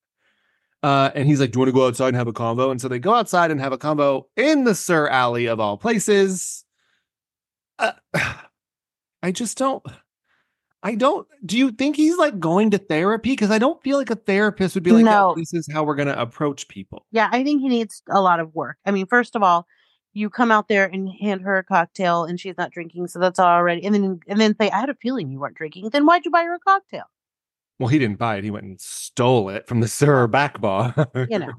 B: Uh, and he's like, Do you want to go outside and have a convo? And so they go outside and have a convo in the Sir Alley of all places. Uh, I just don't. I don't. Do you think he's like going to therapy? Because I don't feel like a therapist would be like,
A: No.
B: "Yeah, This is how we're going to approach people.
A: Yeah, I think he needs a lot of work. I mean, first of all, you come out there and hand her a cocktail, and she's not drinking, so that's already. And then and then say, I had a feeling you weren't drinking. Then why'd you buy her a cocktail?
B: Well, he didn't buy it. He went and stole it from the Sir back bar.
A: You know.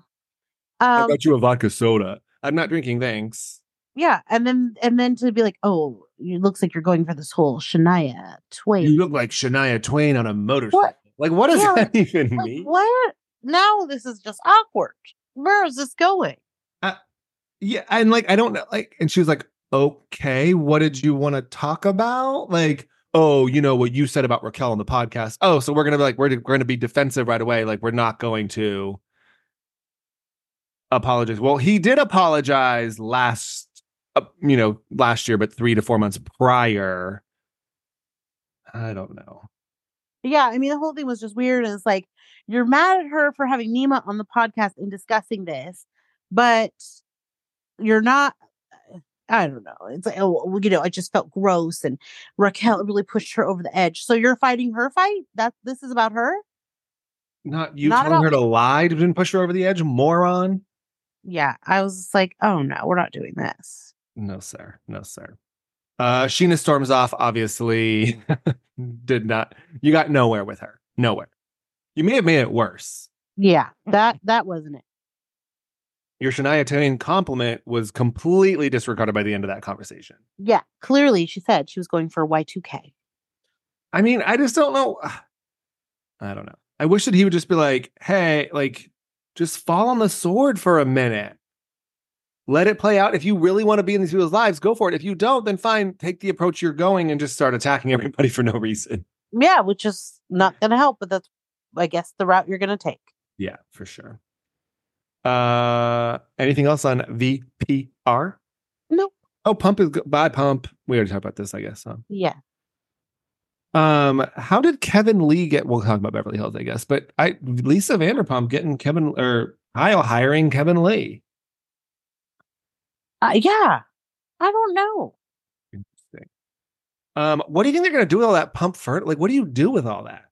B: I
A: Um,
B: got you a vodka soda. I'm not drinking, thanks.
A: yeah and then and then to be like oh it looks like you're going for this whole shania
B: You
A: twain
B: look like Shania Twain on a motorcycle. Like, what does
A: Yeah,
B: that even
A: like,
B: mean?
A: what now this is just awkward where is this going
B: Yeah, and like, I don't know. Like, and she was like, "Okay, what did you want to talk about?" Like, oh, you know what you said about Raquel on the podcast. Oh, so we're gonna be like, we're, we're gonna be defensive right away. Like, we're not going to apologize. Well, he did apologize last, uh, you know, last year, but three to four months prior. I don't know.
A: yeah i mean the whole thing was just weird and it's like you're mad at her for having nima on the podcast and discussing this but you're not uh, i don't know it's like oh well, you know it just felt gross and raquel really pushed her over the edge so you're fighting her fight that this is about her
B: Not you
A: Not
B: telling
A: about
B: her to lie to didn't push her over the edge, moron.
A: yeah i was just like oh no we're not doing this
B: No, sir. No, sir. Uh, Sheena storms off, obviously. Did not. You got nowhere with her. Nowhere. You may have made it worse.
A: Yeah, that that wasn't it.
B: Your Shania Twain compliment was completely disregarded by the end of that conversation.
A: Yeah, clearly she said she was going for Y2K.
B: I mean, I just don't know. I don't know. I wish that he would just be like, hey, like, just fall on the sword for a minute. Let it play out. If you really want to be in these people's lives, go for it. If you don't, then fine. Take the approach you're going and just start attacking everybody for no reason.
A: Yeah, which is not going to help, but that's I guess the route you're going to take.
B: Yeah, for sure. Uh, anything else on VPR?
A: Nope.
B: Oh, pump is go- bye pump. We already talked about this, I guess. Huh?
A: Yeah.
B: Um, how did Kevin Lee get? We'll talk about Beverly Hills, I guess. But I Lisa Vanderpump getting Kevin or Kyle hiring Kevin Lee.
A: Uh, yeah. I don't know.
B: Um, what do you think they're gonna do with all that pump fert? Like, what do you do with all that?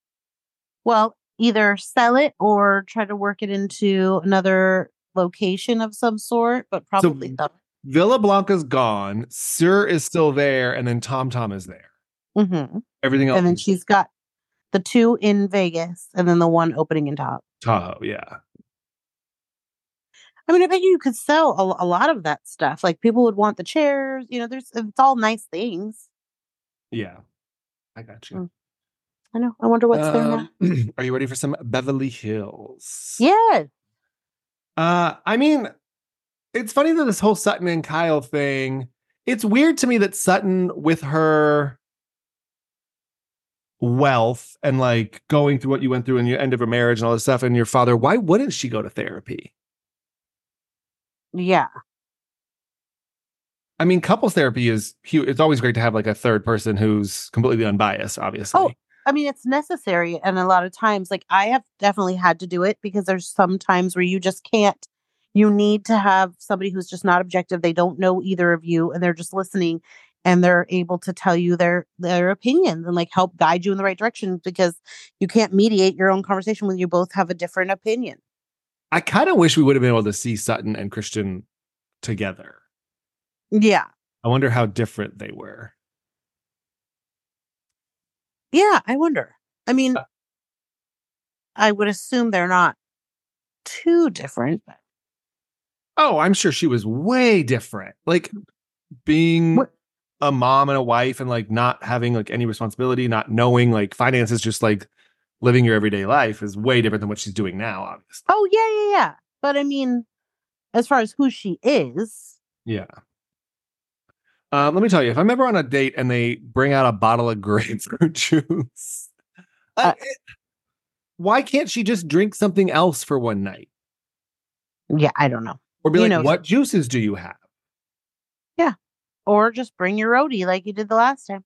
A: Well, either sell it or try to work it into another location of some sort, but probably not.
B: Villa Blanca's gone, Sir is still there, and then Tom Tom is there.
A: Mhm.
B: Everything else
A: And then
B: is
A: she's got the two in Vegas and then the one opening in top.
B: Tahoe, yeah.
A: I mean, I bet you could sell a, a lot of that stuff. Like people would want the chairs. You know, there's it's all nice things.
B: Yeah. I got you.
A: I know. I wonder what's there now.
B: Um, are you ready for some Beverly Hills?
A: Yeah.
B: Uh, I mean, it's funny that this whole Sutton and Kyle thing. It's weird to me that Sutton, with her wealth and like going through what you went through in your end of her marriage and all this stuff, and your father, why wouldn't she go to therapy?
A: Yeah.
B: I mean, couples therapy is huge. It's always great to have like a third person who's completely unbiased, obviously.
A: Oh. I mean, it's necessary. And a lot of times, like I have definitely had to do it because there's some times where you just can't. You need to have somebody who's just not objective. They don't know either of you and they're just listening and they're able to tell you their their opinions and like help guide you in the right direction because you can't mediate your own conversation when you both have a different opinion.
B: I kind of wish we would have been able to see Sutton and Christian together.
A: Yeah.
B: I wonder how different they were.
A: Yeah, I wonder. I mean,
B: Uh,
A: I would assume they're not too different. But
B: Oh, I'm sure she was way different. Like being
A: What-
B: a mom and a wife and like not having like any responsibility, not knowing like finances, just like living your everyday life is way different than what she's doing now, obviously.
A: oh yeah, yeah, yeah. But I mean, as far as who she is,
B: Yeah. Um, let me tell you, if I'm ever on a date and they bring out a bottle of grapefruit juice,
A: Uh,
B: I- why can't she just drink something else for one night?
A: yeah, I don't know.
B: Or be
A: You
B: like,
A: know-
B: what juices do you have?
A: Or just bring your roadie like you did the last time.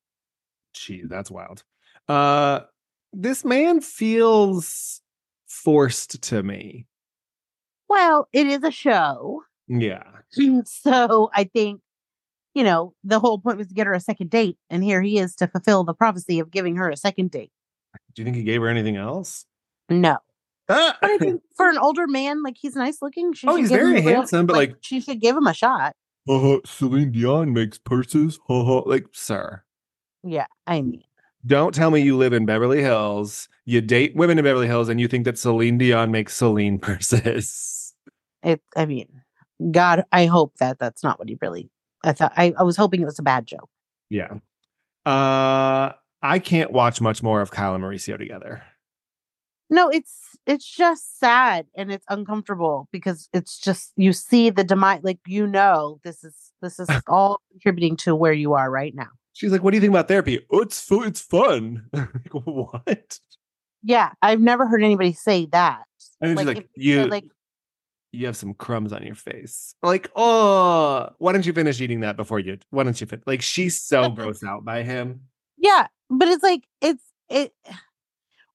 B: Gee, that's wild. Uh this man feels forced to me.
A: Well, it is a show,
B: Yeah.
A: so I think you know the whole point was to get her a second date, and here he is to fulfill the prophecy of giving her a second date.
B: Do you think he gave her anything else?
A: No,
B: Ah!
A: but I think for an older man, like he's nice looking. She
B: Oh,
A: should
B: he's
A: give him
B: very
A: a little-
B: handsome, but, like-
A: she should give him a shot.
B: uh-huh, Celine Dion makes purses. Uh-huh. Like, sir,
A: Yeah, I mean.
B: don't tell me you live in Beverly Hills, you date women in Beverly Hills, and you think that Celine Dion makes Celine purses.
A: it i mean god i hope that that's not what he really i thought i, I was hoping it was a bad joke
B: Yeah. Uh I can't watch much more of Kyle and Mauricio together.
A: no it's it's just sad and it's uncomfortable because it's just you see the demise like you know this is this is all contributing to where you are right now
B: She's like, "What do you think about therapy?" Oh, it's fu- it's fun. like, what?
A: yeah i've never heard anybody say that
B: And then she's like,
A: if you said,
B: "You-
A: like
B: you have some crumbs on your face. Like, oh, why don't you finish eating that before you? Why don't you finish? Like, she's so grossed out by him.
A: yeah but it's like it's it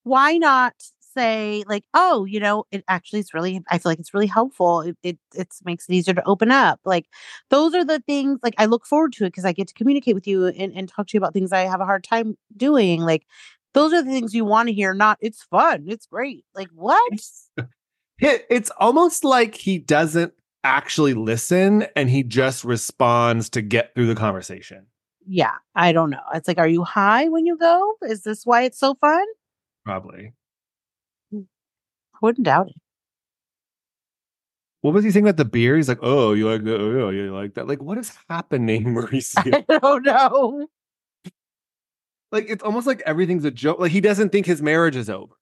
A: why not say like oh you know it actually is really i feel like it's really helpful it, it it's makes it easier to open up like those are the things like i look forward to it because i get to communicate with you and, and talk to you about things i have a hard time doing like those are the things you want to hear not it's fun it's great like what
B: It, it's almost like he doesn't actually listen and he just responds to get through the conversation.
A: yeah i don't know it's like are you high when you go is this why it's so fun
B: Probably.
A: i wouldn't doubt it
B: What was he saying about the beer? He's like, oh, you like that? Oh, you like that? Like, what is happening, Mauricio?
A: i don't know
B: like, it's almost like everything's a joke. Like, he doesn't think his marriage is over.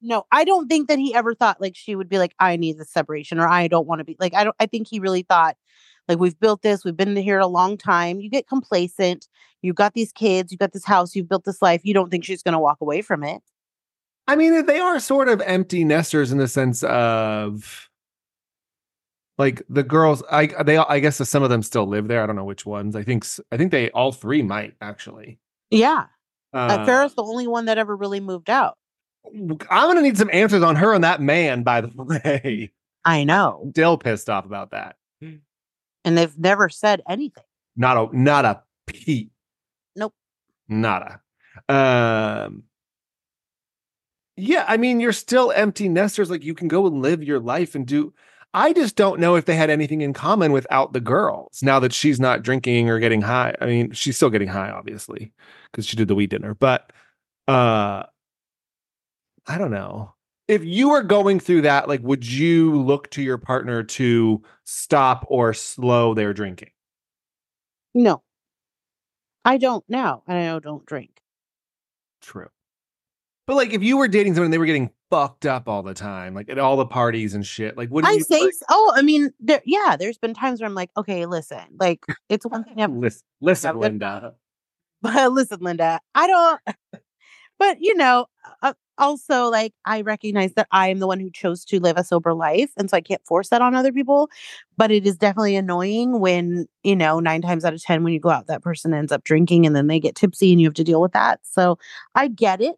A: No, I don't think that he ever thought like she would be like, I need the separation or I don't want to be like, I don't, I think he really thought like, we've built this, we've been here a long time. You get complacent, you've got these kids, you've got this house, you've built this life. You don't think she's going to walk away from it.
B: I mean, they are sort of empty nesters in the sense of like the girls. I they I guess some of them still live there. I don't know which ones. I think s- I think they all three might actually.
A: Yeah. Uh,
B: Uh,
A: Farrah's the only one that ever really moved out.
B: I'm gonna need some answers on her and that man. By the way,
A: I know.
B: still pissed off about that.
A: And they've never said anything.
B: Not a not a peep.
A: Nope.
B: nada. Um, yeah, I mean, you're still empty nesters. Like you can go and live your life and do. I just don't know if they had anything in common without the girls. Now that she's not drinking or getting high, I mean, she's still getting high, obviously, because she did the weed dinner. But uh, I don't know. If you were going through that, like, would you look to your partner to stop or slow their drinking?
A: No, I don't now. and I don't drink.
B: True. But like if you were dating someone and they were getting fucked up all the time, like at all the parties and shit, like what do
A: I
B: you
A: say,
B: like,
A: so. oh, I mean, there, yeah, there's been times where I'm like, okay, listen, like it's one thing. to have-
B: listen, listen,
A: Yeah, but-
B: Linda.
A: But listen, Linda, I don't, but you know, uh, also like I recognize that I am the one who chose to live a sober life. And so I can't force that on other people. But it is definitely annoying when, you know, nine times out of 10, when you go out, that person ends up drinking and then they get tipsy and you have to deal with that. So I get it.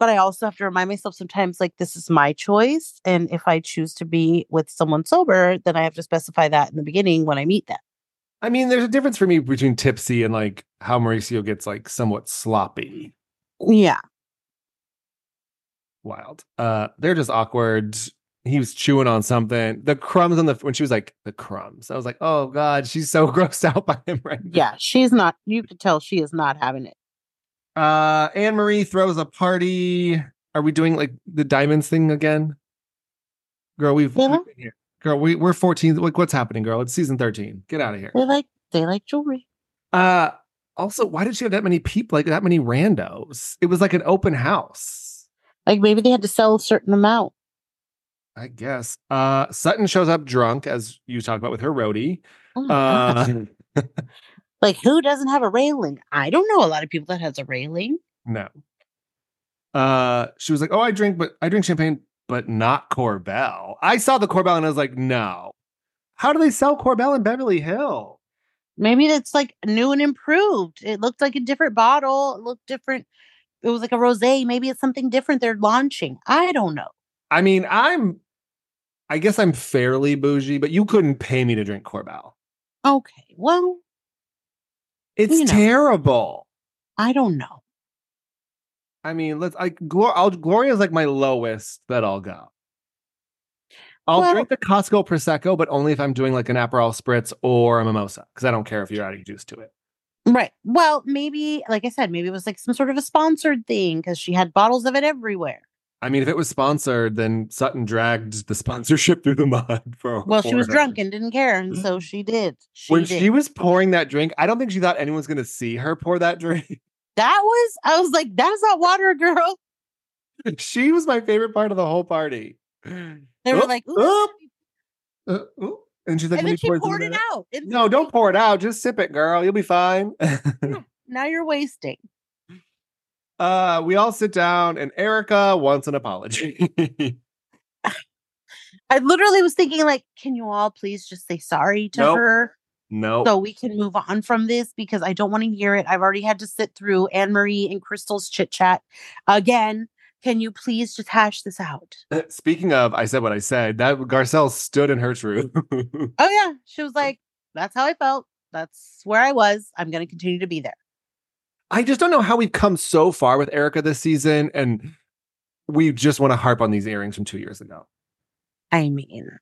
A: But I also have to remind myself sometimes, like, this is my choice. And if I choose to be with someone sober, then I have to specify that in the beginning when I meet them.
B: I mean, there's a difference for me between tipsy and like how Mauricio gets like somewhat sloppy.
A: Yeah.
B: Wild. Uh they're just awkward. He was chewing on something. The crumbs on the when she was like the crumbs. I was like, oh god, she's so grossed out by him right now.
A: Yeah. She's not, you could tell she is not having it.
B: Uh Anne Marie throws a party. Are we doing like the diamonds thing again? Girl, we've, we've
A: Really?
B: been here. Girl, we, we're 14. Like, what's happening, girl? It's season 13. Get out of here.
A: They like they like jewelry.
B: Uh also, why did she have that many people, like that many randos? It was like an open house,
A: Like maybe they had to sell a certain amount.
B: I guess. Uh Sutton shows up drunk, as you talked about with her roadie.
A: Oh my
B: Uh,
A: gosh. like who doesn't have a railing? I don't know a lot of people that has a railing.
B: No. Uh she was like, "Oh, I drink but I drink champagne but not Corbel." I saw the Corbel and I was like, "No. How do they sell Corbel in Beverly Hill?"
A: Maybe it's like new and improved. It looked like a different bottle. It looked different. It was like a rosé. Maybe it's something different they're launching. I don't know.
B: I mean, I'm I guess I'm fairly bougie, but you couldn't pay me to drink Corbel.
A: Okay. Well,
B: It's
A: You know.
B: terrible.
A: I don't know.
B: I mean, let's I Glor- I'll, Gloria's like my lowest that I'll go. I'll
A: Well-
B: drink the Costco prosecco, but only if I'm doing like an Aperol spritz or a mimosa, because I don't care if you're adding juice to it.
A: Right. Well, maybe like I said, maybe it was like some sort of a sponsored thing because she had bottles of it everywhere.
B: I mean, if it was sponsored, then Sutton dragged the sponsorship through the mud for.
A: Well, she
B: for
A: was
B: her.
A: drunk and didn't care, and so she did. She
B: Mm. when
A: did.
B: she was pouring that drink, I don't think she thought anyone's going to see her pour that drink.
A: That was, I was like, that is not water, girl.
B: she was my favorite part of the whole party.
A: They were
B: Oop,
A: like, "Ooh."
B: oop, uh, oop. and she's like, "Let
A: and then
B: me
A: she
B: pour some
A: poured
B: of
A: it
B: that."
A: out. And
B: No, don't pour it out. Just sip it, girl. You'll be fine.
A: now you're wasting.
B: Uh, we all sit down, and Erica wants an apology.
A: I literally was thinking, like, can you all please just say sorry to
B: Nope.
A: her
B: no,
A: so we can move on from this because I don't want to hear it. I've already had to sit through Anne Marie and Crystal's chit chat again. Can you please just hash this out?
B: speaking of, I said what I said. That Garcelle stood in her truth.
A: Oh, yeah. She was like, that's how I felt. That's where I was. I'm going to continue to be there.
B: I just don't know how we've come so far with Erica this season, and we just want to harp on these earrings from two years ago.
A: I mean,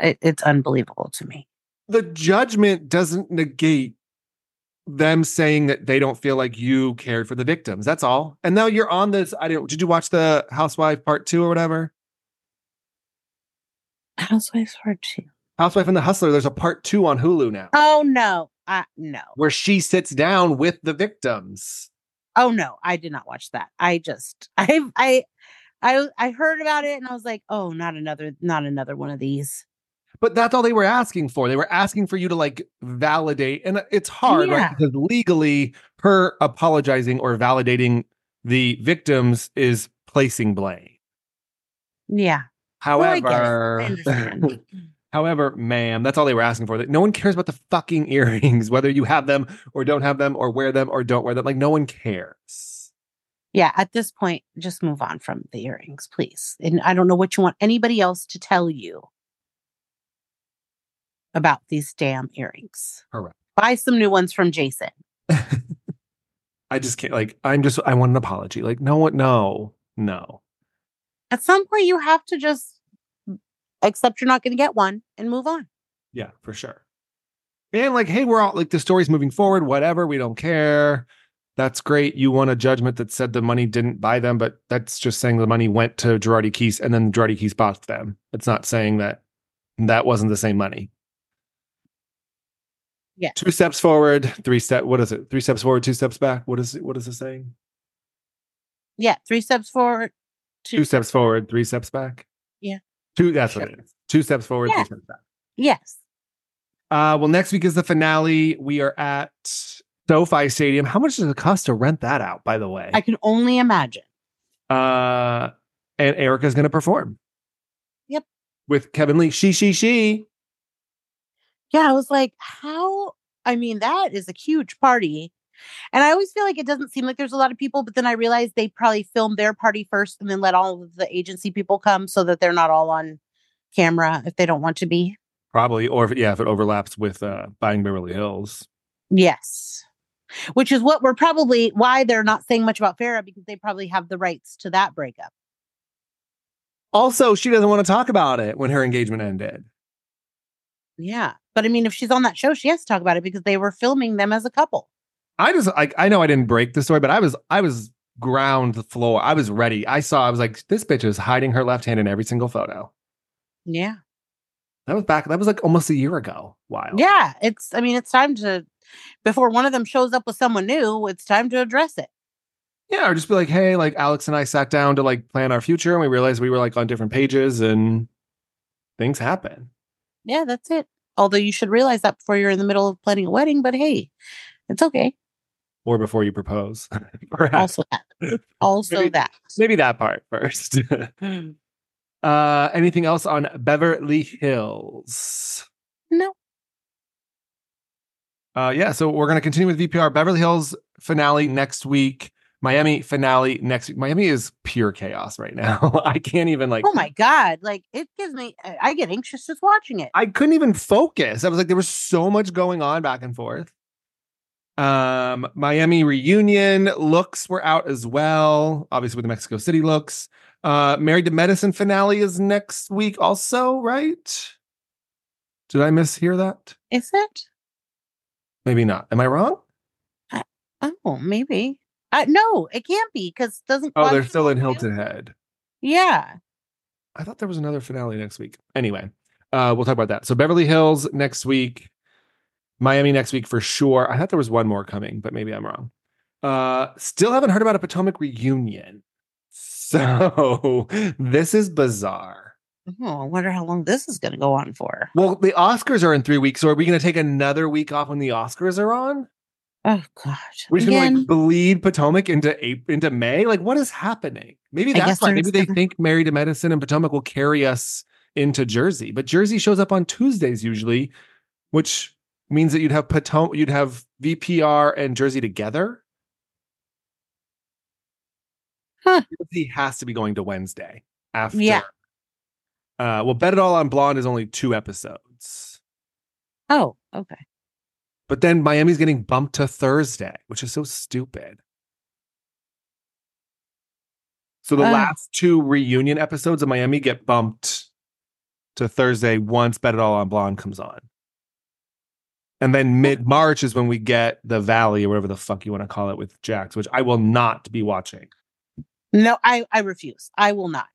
A: it, it's unbelievable to me.
B: The judgment doesn't negate them saying that they don't feel like you cared for the victims. That's all. And now you're on this. I didn't. Did you watch the Housewife Part Two or whatever?
A: Housewives Part 2.
B: Housewife and the Hustler. There's a Part Two on Hulu now.
A: Oh no, I no.
B: where she sits down with the victims.
A: Oh no, I did not watch that. I just I I I I heard about it and I was like, "Oh, not another not another one of these."
B: But that's all they were asking for. They were asking for you to like validate. And it's hard,
A: Yeah.
B: right? Because legally, her apologizing or validating the victims is placing blame.
A: Yeah. No, I get it. I
B: However,
A: understand.
B: however, ma'am, that's all they were asking for. That no one cares about the fucking earrings, whether you have them or don't have them, or wear them or don't wear them. Like no one cares.
A: yeah, at this point, just move on from the earrings, please. And I don't know what you want anybody else to tell you about these damn earrings.
B: Correct.
A: Buy some new ones from Jason.
B: I just can't. Like, I'm just. I want an apology. Like, no one. No. No.
A: At some point, you have to just accept you're not going to get one and move on.
B: Yeah, for sure. And like, hey, we're all like the story's moving forward. Whatever, we don't care. That's great. You won a judgment that said the money didn't buy them, but that's just saying the money went to Girardi Keys and then Girardi Keys bought them. It's not saying that that wasn't the same money.
A: Yeah.
B: Two steps forward, three step. What is it? Three steps forward, two steps back. What is it? What is it saying?
A: Yeah, three steps forward.
B: Two, steps forward, three steps back.
A: Yeah.
B: Two. That's what it is. Two steps forward,
A: Yeah.
B: three steps back.
A: Yes.
B: Uh, well, next week is the finale. We are at SoFi Stadium. How much does it cost to rent that out, by the way?
A: I can only imagine.
B: Uh, and Erica's going to perform.
A: Yep.
B: With Kevin Lee. She, she, she.
A: Yeah, I was like, how? I mean, that is a huge party. And I always feel like it doesn't seem like there's a lot of people, but then I realized they probably filmed their party first and then let all of the agency people come so that they're not all on camera if they don't want to be.
B: Probably. Or if, yeah, if it overlaps with uh, Buying Beverly Hills.
A: Yes. Which is what we're probably why they're not saying much about Farah because they probably have the rights to that breakup.
B: Also, she doesn't want to talk about it when her engagement ended.
A: Yeah. But I mean, if she's on that show, she has to talk about it because they were filming them as a couple.
B: I just like I know I didn't break the story, but I was I was ground floor. I was ready. I saw. I was like, this bitch is hiding her left hand in every single photo.
A: Yeah.
B: That was back. That was like almost a year ago. Wow.
A: Yeah. It's, I mean, it's time to, before one of them shows up with someone new, it's time to address it.
B: Yeah, or just be like, hey, like Alex and I sat down to like plan our future and we realized we were like on different pages and things happen.
A: Yeah. That's it. Although you should realize that before you're in the middle of planning a wedding, but hey, it's okay.
B: Or before you propose. Perhaps.
A: Also that. Also
B: Maybe-
A: that.
B: Maybe that part first. uh anything else on Beverly Hills?
A: No.
B: Uh yeah, so we're gonna continue with VPR Beverly Hills finale next week. Miami finale next week. Miami is pure chaos right now. I can't even like
A: Oh my God. Like it gives me, I I get anxious just watching it.
B: I couldn't even focus. I was like, there was so much going on back and forth. Um, Miami reunion looks were out as well, obviously with the Mexico City looks. Uh, Married to Medicine finale is next week, also, right? Did I mishear that?
A: Is it?
B: Maybe not. Am I wrong?
A: Oh, maybe. Uh, no, it can't be because doesn't.
B: Oh, they're
A: Claudia
B: still in
A: Schiffer do-
B: Hilton Head.
A: Yeah,
B: I thought there was another finale next week. Anyway, uh, we'll talk about that. So Beverly Hills next week, Miami next week for sure. I thought there was one more coming, but maybe I'm wrong. Uh, still haven't heard about a Potomac reunion. So this is bizarre.
A: Oh, I wonder how long this is going to go on for.
B: Well, the Oscars are in three weeks, so are we going to take another week off when the Oscars are on?
A: Oh gosh.
B: We're just going to
A: Again,
B: like bleed Potomac into April, into May. Like, what is happening? Maybe
A: I guess
B: that's why.
A: they're
B: Maybe
A: just
B: they
A: gonna-
B: think Married to Medicine and Potomac will carry us into Jersey, but Jersey shows up on Tuesdays usually, which means that you'd have Potomac, you'd have VPR and Jersey together.
A: Huh.
B: Jersey has to be going to Wednesday after.
A: Yeah.
B: Uh, well, Bet It All on Blonde is only two episodes.
A: oh, okay.
B: But then Miami's getting bumped to Thursday, which is so stupid. So the
A: Ah.
B: last two reunion episodes of Miami get bumped to Thursday once Bet It All on Blonde comes on. And then mid March is when we get the Valley or whatever the fuck you want to call it with Jax, which I will not be watching.
A: No, I I refuse. I will not.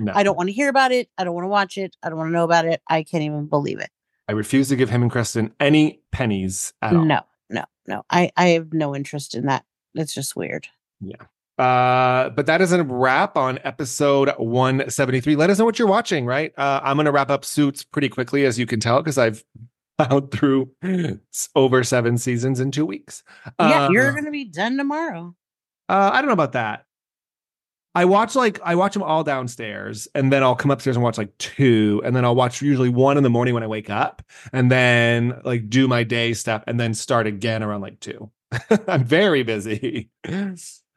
B: No.
A: I don't want to hear about it. I don't want to watch it. I don't want to know about it. I can't even believe it.
B: I refuse to give him and Creston any pennies at all.
A: No, no, no. I I have no interest in that. It's just weird.
B: Uh, but that is a wrap on episode 173. Let us know what you're watching, right? Uh, I'm going to wrap up Suits pretty quickly, as you can tell, because I've plowed through s- over seven seasons in two weeks.
A: yeah,
B: Uh,
A: you're gonna be done tomorrow.
B: uh, I don't know about that. I watch like I watch them all downstairs, and then I'll come upstairs and watch like two, and then I'll watch usually one in the morning when I wake up, and then like do my day stuff, and then start again around like two. I'm very busy.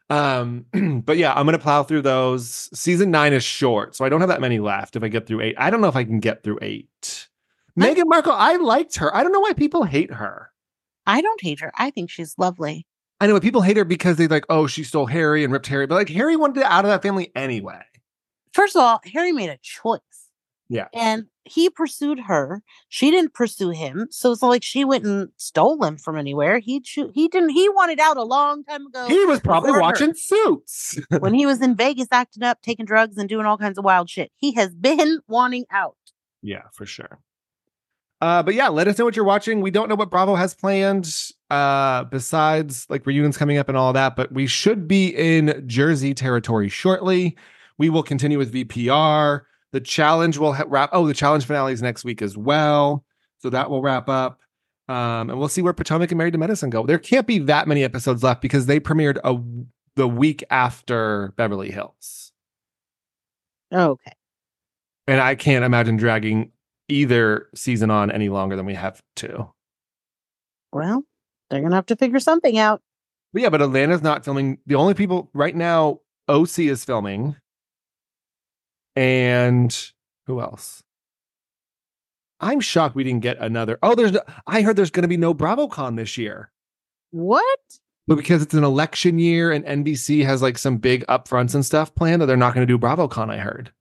B: Um, but yeah, I'm gonna plow through those. Season nine is short, so I don't have that many left. If I get through eight, I don't know if I can get through eight.
A: Huh?
B: Meghan Markle, I liked her. I don't know why people hate her.
A: I don't hate her. I think she's lovely.
B: I I know, but people hate her because they like, oh, she stole Harry and ripped Harry. But like, Harry wanted out of that family anyway.
A: First of all, Harry made a choice.
B: Yeah.
A: And he pursued her. She didn't pursue him. So it's not like she went and stole him from anywhere. He cho- he didn't he wanted out a long time ago.
B: He was probably
A: Before her.
B: watching Suits.
A: when he was in Vegas acting up, taking drugs, and doing all kinds of wild shit. He has been wanting out.
B: Yeah, for sure. Uh, but yeah, let us know what you're watching. We don't know what Bravo has planned uh, besides like reunions coming up and all that, but we should be in Jersey territory shortly. We will continue with VPR. The challenge will ha- wrap. Oh, the challenge finale is next week as well. So that will wrap up. Um, and we'll see where Potomac and Married to Medicine go. There can't be that many episodes left because they premiered a, the week after Beverly Hills. Oh,
A: Okay.
B: And I can't imagine dragging either season on any longer than we have to.
A: Well, they're gonna have to figure something out.
B: But yeah, but Atlanta's not filming. The only people right now, OC is filming. And who else? I'm shocked we didn't get another. Oh, there's no, I heard there's going to be no BravoCon this year.
A: What?
B: But because it's an election year and NBC has like some big upfronts and stuff planned that they're not going to do BravoCon, I heard.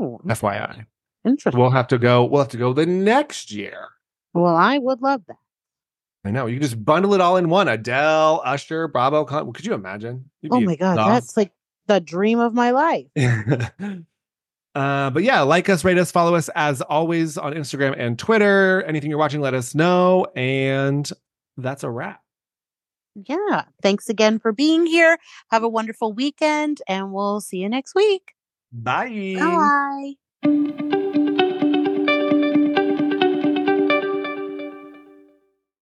A: Ooh,
B: FYI.
A: Hmm, interesting.
B: We'll have to go. We'll have to go the next year.
A: Well, I would love that.
B: I know. You can just bundle it all in one. Adele, Usher, Bravo. Con- could you imagine? You'd
A: Oh
B: be
A: my god,
B: lost.
A: that's like the dream of my life.
B: uh, but yeah, like us, rate us, follow us as always on Instagram and Twitter. Anything you're watching, let us know. And that's a wrap.
A: Yeah. Thanks again for being here. Have a wonderful weekend, and we'll see you next week. Bye.